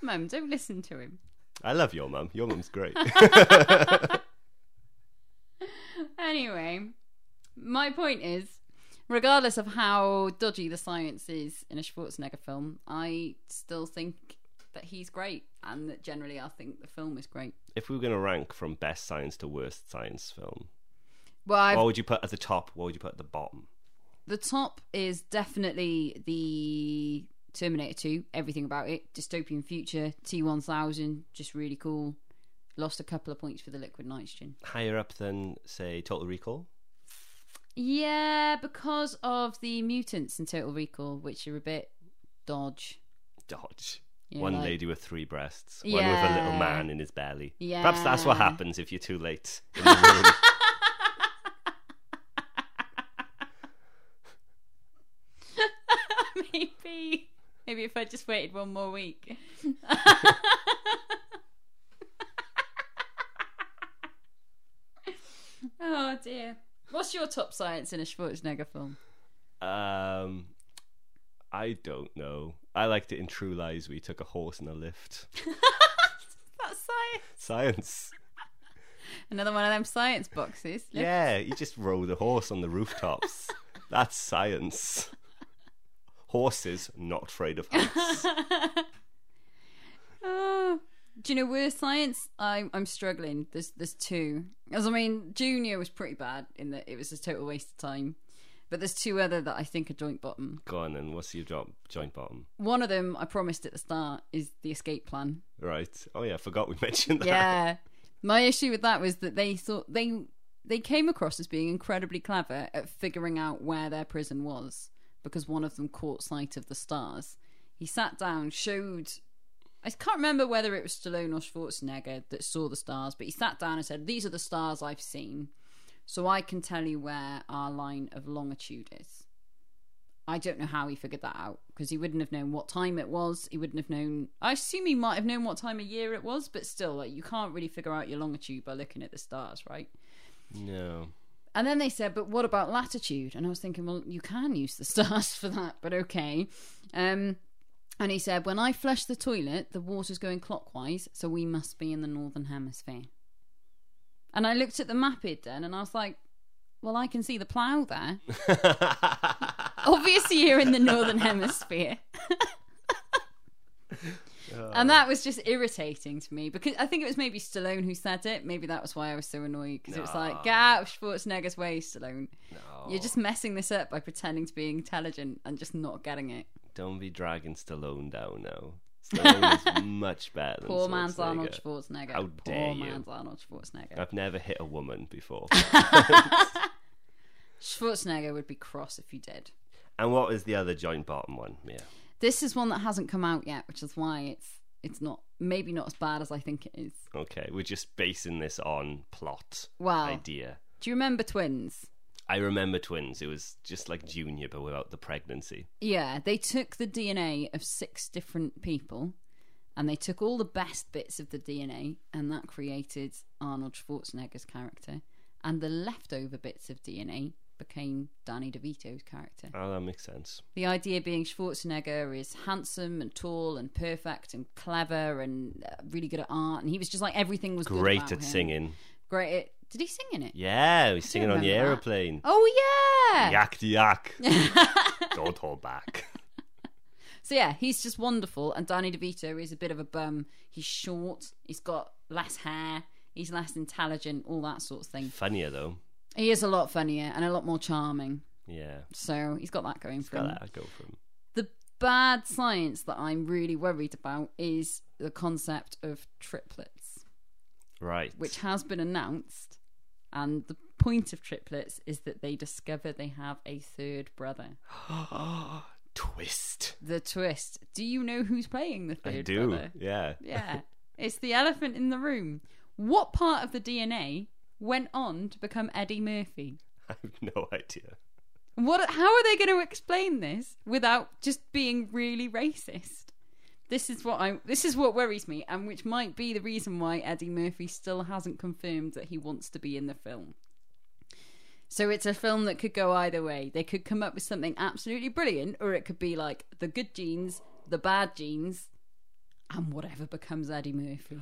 Speaker 2: Mum, don't listen to him.
Speaker 3: I love your mum. Your
Speaker 2: <laughs>
Speaker 3: mum's great.
Speaker 2: Anyway, my point is, regardless of how dodgy the science is in a Schwarzenegger film, I still think that he's great, and that generally I think the film is great.
Speaker 3: if we were going to rank from best science to worst science film,
Speaker 2: Well, I've
Speaker 3: what would you put at the top? What would you put at the bottom?
Speaker 2: The top is definitely the Terminator 2, everything about it. Dystopian future, T1000, just really cool. Lost a couple of points for the liquid nitrogen.
Speaker 3: Higher up than, say, Total Recall?
Speaker 2: Yeah, because of the mutants in Total Recall, which are a bit dodge.
Speaker 3: Dodge.
Speaker 2: You're
Speaker 3: one
Speaker 2: like-
Speaker 3: lady with three breasts, one with a little
Speaker 2: Yeah.
Speaker 3: man in his belly. Perhaps that's what
Speaker 2: Yeah.
Speaker 3: happens if you're too late. In the room.
Speaker 2: <laughs> maybe, maybe if I just waited one more week. <laughs> oh dear. What's your top science in a Schwarzenegger film?
Speaker 3: um, I don't know. I liked it in True Lies. We took a horse and a lift. <laughs>
Speaker 2: That's science.
Speaker 3: Science.
Speaker 2: Another one of them science boxes.
Speaker 3: Yeah, you just rode a horse on the rooftops. That's science. Horses not afraid of
Speaker 2: <laughs>
Speaker 3: heights.
Speaker 2: Oh. <laughs> Do you know where science? I, I'm struggling. There's there's two. As I mean, Junior was pretty bad in that it was a total waste of time. But there's two other that I think are joint bottom.
Speaker 3: Go on, and what's your job? Joint bottom,
Speaker 2: One of them I promised at the start is the escape plan.
Speaker 3: right? Oh yeah, I forgot we <laughs> mentioned that.
Speaker 2: Yeah. My issue with that was that they thought they they came across as being incredibly clever at figuring out where their prison was because one of them caught sight of the stars. He sat down, showed I can't remember whether it was Stallone or Schwarzenegger that saw the stars, but he sat down and said, "These are the stars I've seen, so I can tell you where our line of longitude is." I don't know how he figured that out because he wouldn't have known what time it was. He wouldn't have known. I assume he might have known what time of year it was, but still, like you can't really figure out your longitude by looking at the stars, right? <laughs>
Speaker 3: No.
Speaker 2: And then they said, "But what about latitude?" And I was thinking, "Well, you can use the <laughs> stars for that, but okay." Um, and he said, "When I flush the toilet, the water's going clockwise, so we must be in the northern hemisphere." And I looked at the map he'd done, and I was like, "Well, I can see the plough there." obviously you're in the northern hemisphere
Speaker 3: Uh,
Speaker 2: and that was just irritating to me because I think it was maybe Stallone who said it. Maybe that was why I was so annoyed because it was like, get out of Schwarzenegger's way, Stallone. You're just messing this up by pretending to be intelligent and just not getting it.
Speaker 3: Don't be dragging Stallone
Speaker 2: <laughs>
Speaker 3: down now. Stallone is much better than
Speaker 2: Poor man's Arnold
Speaker 3: Schwarzenegger.
Speaker 2: Schwarzenegger.
Speaker 3: How
Speaker 2: Poor
Speaker 3: dare you.
Speaker 2: man's Arnold Schwarzenegger.
Speaker 3: I've never hit a woman before.
Speaker 2: Schwarzenegger would be cross if you did.
Speaker 3: and what was the other joint bottom one? Yeah.
Speaker 2: This is one that hasn't come out yet, which is why it's it's not maybe not as bad as I think it is.
Speaker 3: Okay, we're just basing this on plot
Speaker 2: Wow.
Speaker 3: idea.
Speaker 2: Do you remember twins?
Speaker 3: I remember twins. It was just like Junior, but without the pregnancy.
Speaker 2: Yeah, they took the DNA of six different people and they took all the best bits of the DNA and that created Arnold Schwarzenegger's character. And the leftover bits of DNA became Danny DeVito's character.
Speaker 3: Oh, that makes sense.
Speaker 2: The idea being Schwarzenegger is handsome and tall and perfect and clever and uh, really good at art. And he was just like everything was good
Speaker 3: Great
Speaker 2: about
Speaker 3: at
Speaker 2: him.
Speaker 3: singing.
Speaker 2: Great at. Did he sing in it?
Speaker 3: Yeah, he's singing on the
Speaker 2: remember that.
Speaker 3: aeroplane.
Speaker 2: Oh, yeah.
Speaker 3: Yak
Speaker 2: <laughs>
Speaker 3: to yak. Don't hold back.
Speaker 2: So yeah, he's just wonderful, and Danny DeVito is a bit of a bum. He's short, he's got less hair, he's less intelligent, all that sort of thing.
Speaker 3: Funnier though.
Speaker 2: He is a lot funnier and a lot more charming,
Speaker 3: Yeah.
Speaker 2: so he's got that going for
Speaker 3: Got
Speaker 2: him.
Speaker 3: that. I go for him.
Speaker 2: The bad science that I'm really worried about is the concept of triplets,
Speaker 3: Right.
Speaker 2: which has been announced, and the point of triplets is that they discover they have a third brother.
Speaker 3: <gasps> twist?
Speaker 2: The twist. Do you know who's playing the third
Speaker 3: I do.
Speaker 2: brother?
Speaker 3: Yeah.
Speaker 2: Yeah. It's the elephant in the room. What part of the DNA went on to become Eddie Murphy?
Speaker 3: <laughs> I have no idea.
Speaker 2: What how are they going to explain this without just being really racist? This is what I this is what worries me and which might be the reason why Eddie Murphy still hasn't confirmed that he wants to be in the film. So it's a film that could go either way. They could come up with something absolutely brilliant or it could be like the good genes, the bad genes and whatever becomes Eddie Murphy.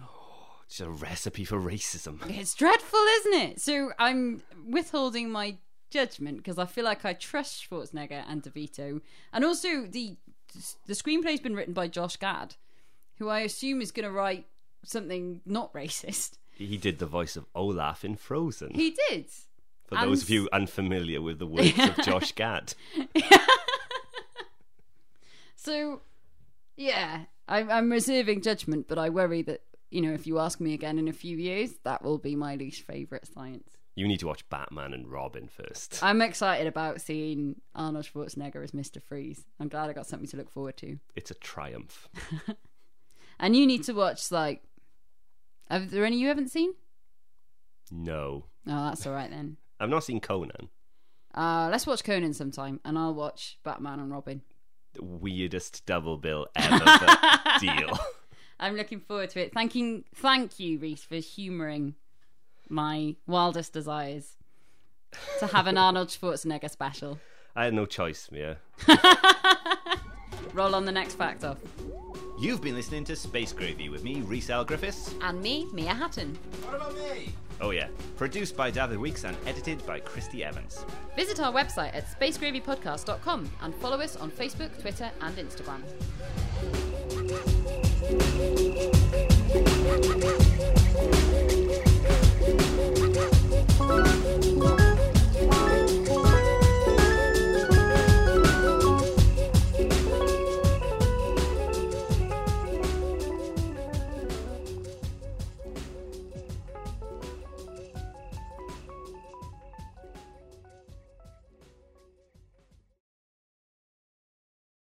Speaker 3: It's a recipe for racism.
Speaker 2: It's dreadful, isn't it? So I'm withholding my judgment because I feel like I trust Schwarzenegger and DeVito, and also the the screenplay's been written by Josh Gad, who I assume is going to write something not racist. <laughs>
Speaker 3: He did the voice of Olaf in Frozen.
Speaker 2: He did.
Speaker 3: for
Speaker 2: and-
Speaker 3: those of you unfamiliar with the works of Josh Gad.
Speaker 2: So yeah, I'm, I'm reserving judgment, but I worry that you know if you ask me again in a few years, that will be my least favorite science.
Speaker 3: You need to watch Batman and Robin first.
Speaker 2: I'm excited about seeing Arnold Schwarzenegger as Mr. Freeze. I'm glad I got something to look forward to.
Speaker 3: It's a triumph.
Speaker 2: <laughs> And you need to watch like. Are there any you haven't seen?
Speaker 3: No,
Speaker 2: Oh, that's all right then.
Speaker 3: I've not seen Conan.
Speaker 2: Uh, let's watch Conan sometime, and I'll watch Batman and Robin.
Speaker 3: The weirdest double bill ever but deal.
Speaker 2: I'm looking forward to it. Thanking, thank you, Reese, for humouring my wildest desires to have an Arnold Schwarzenegger special.
Speaker 3: I had no choice, Mia.
Speaker 2: Roll on the next fact off.
Speaker 5: You've been listening to Space Gravy with me, Reese Al Griffiths,
Speaker 2: And me, Mia Hatton.
Speaker 4: What about me?
Speaker 5: oh yeah, produced by David Weeks and edited by Christy Evans.
Speaker 2: Visit our website at spacegravypodcast.com and follow us on Facebook, Twitter, and Instagram.
Speaker 6: Thank you.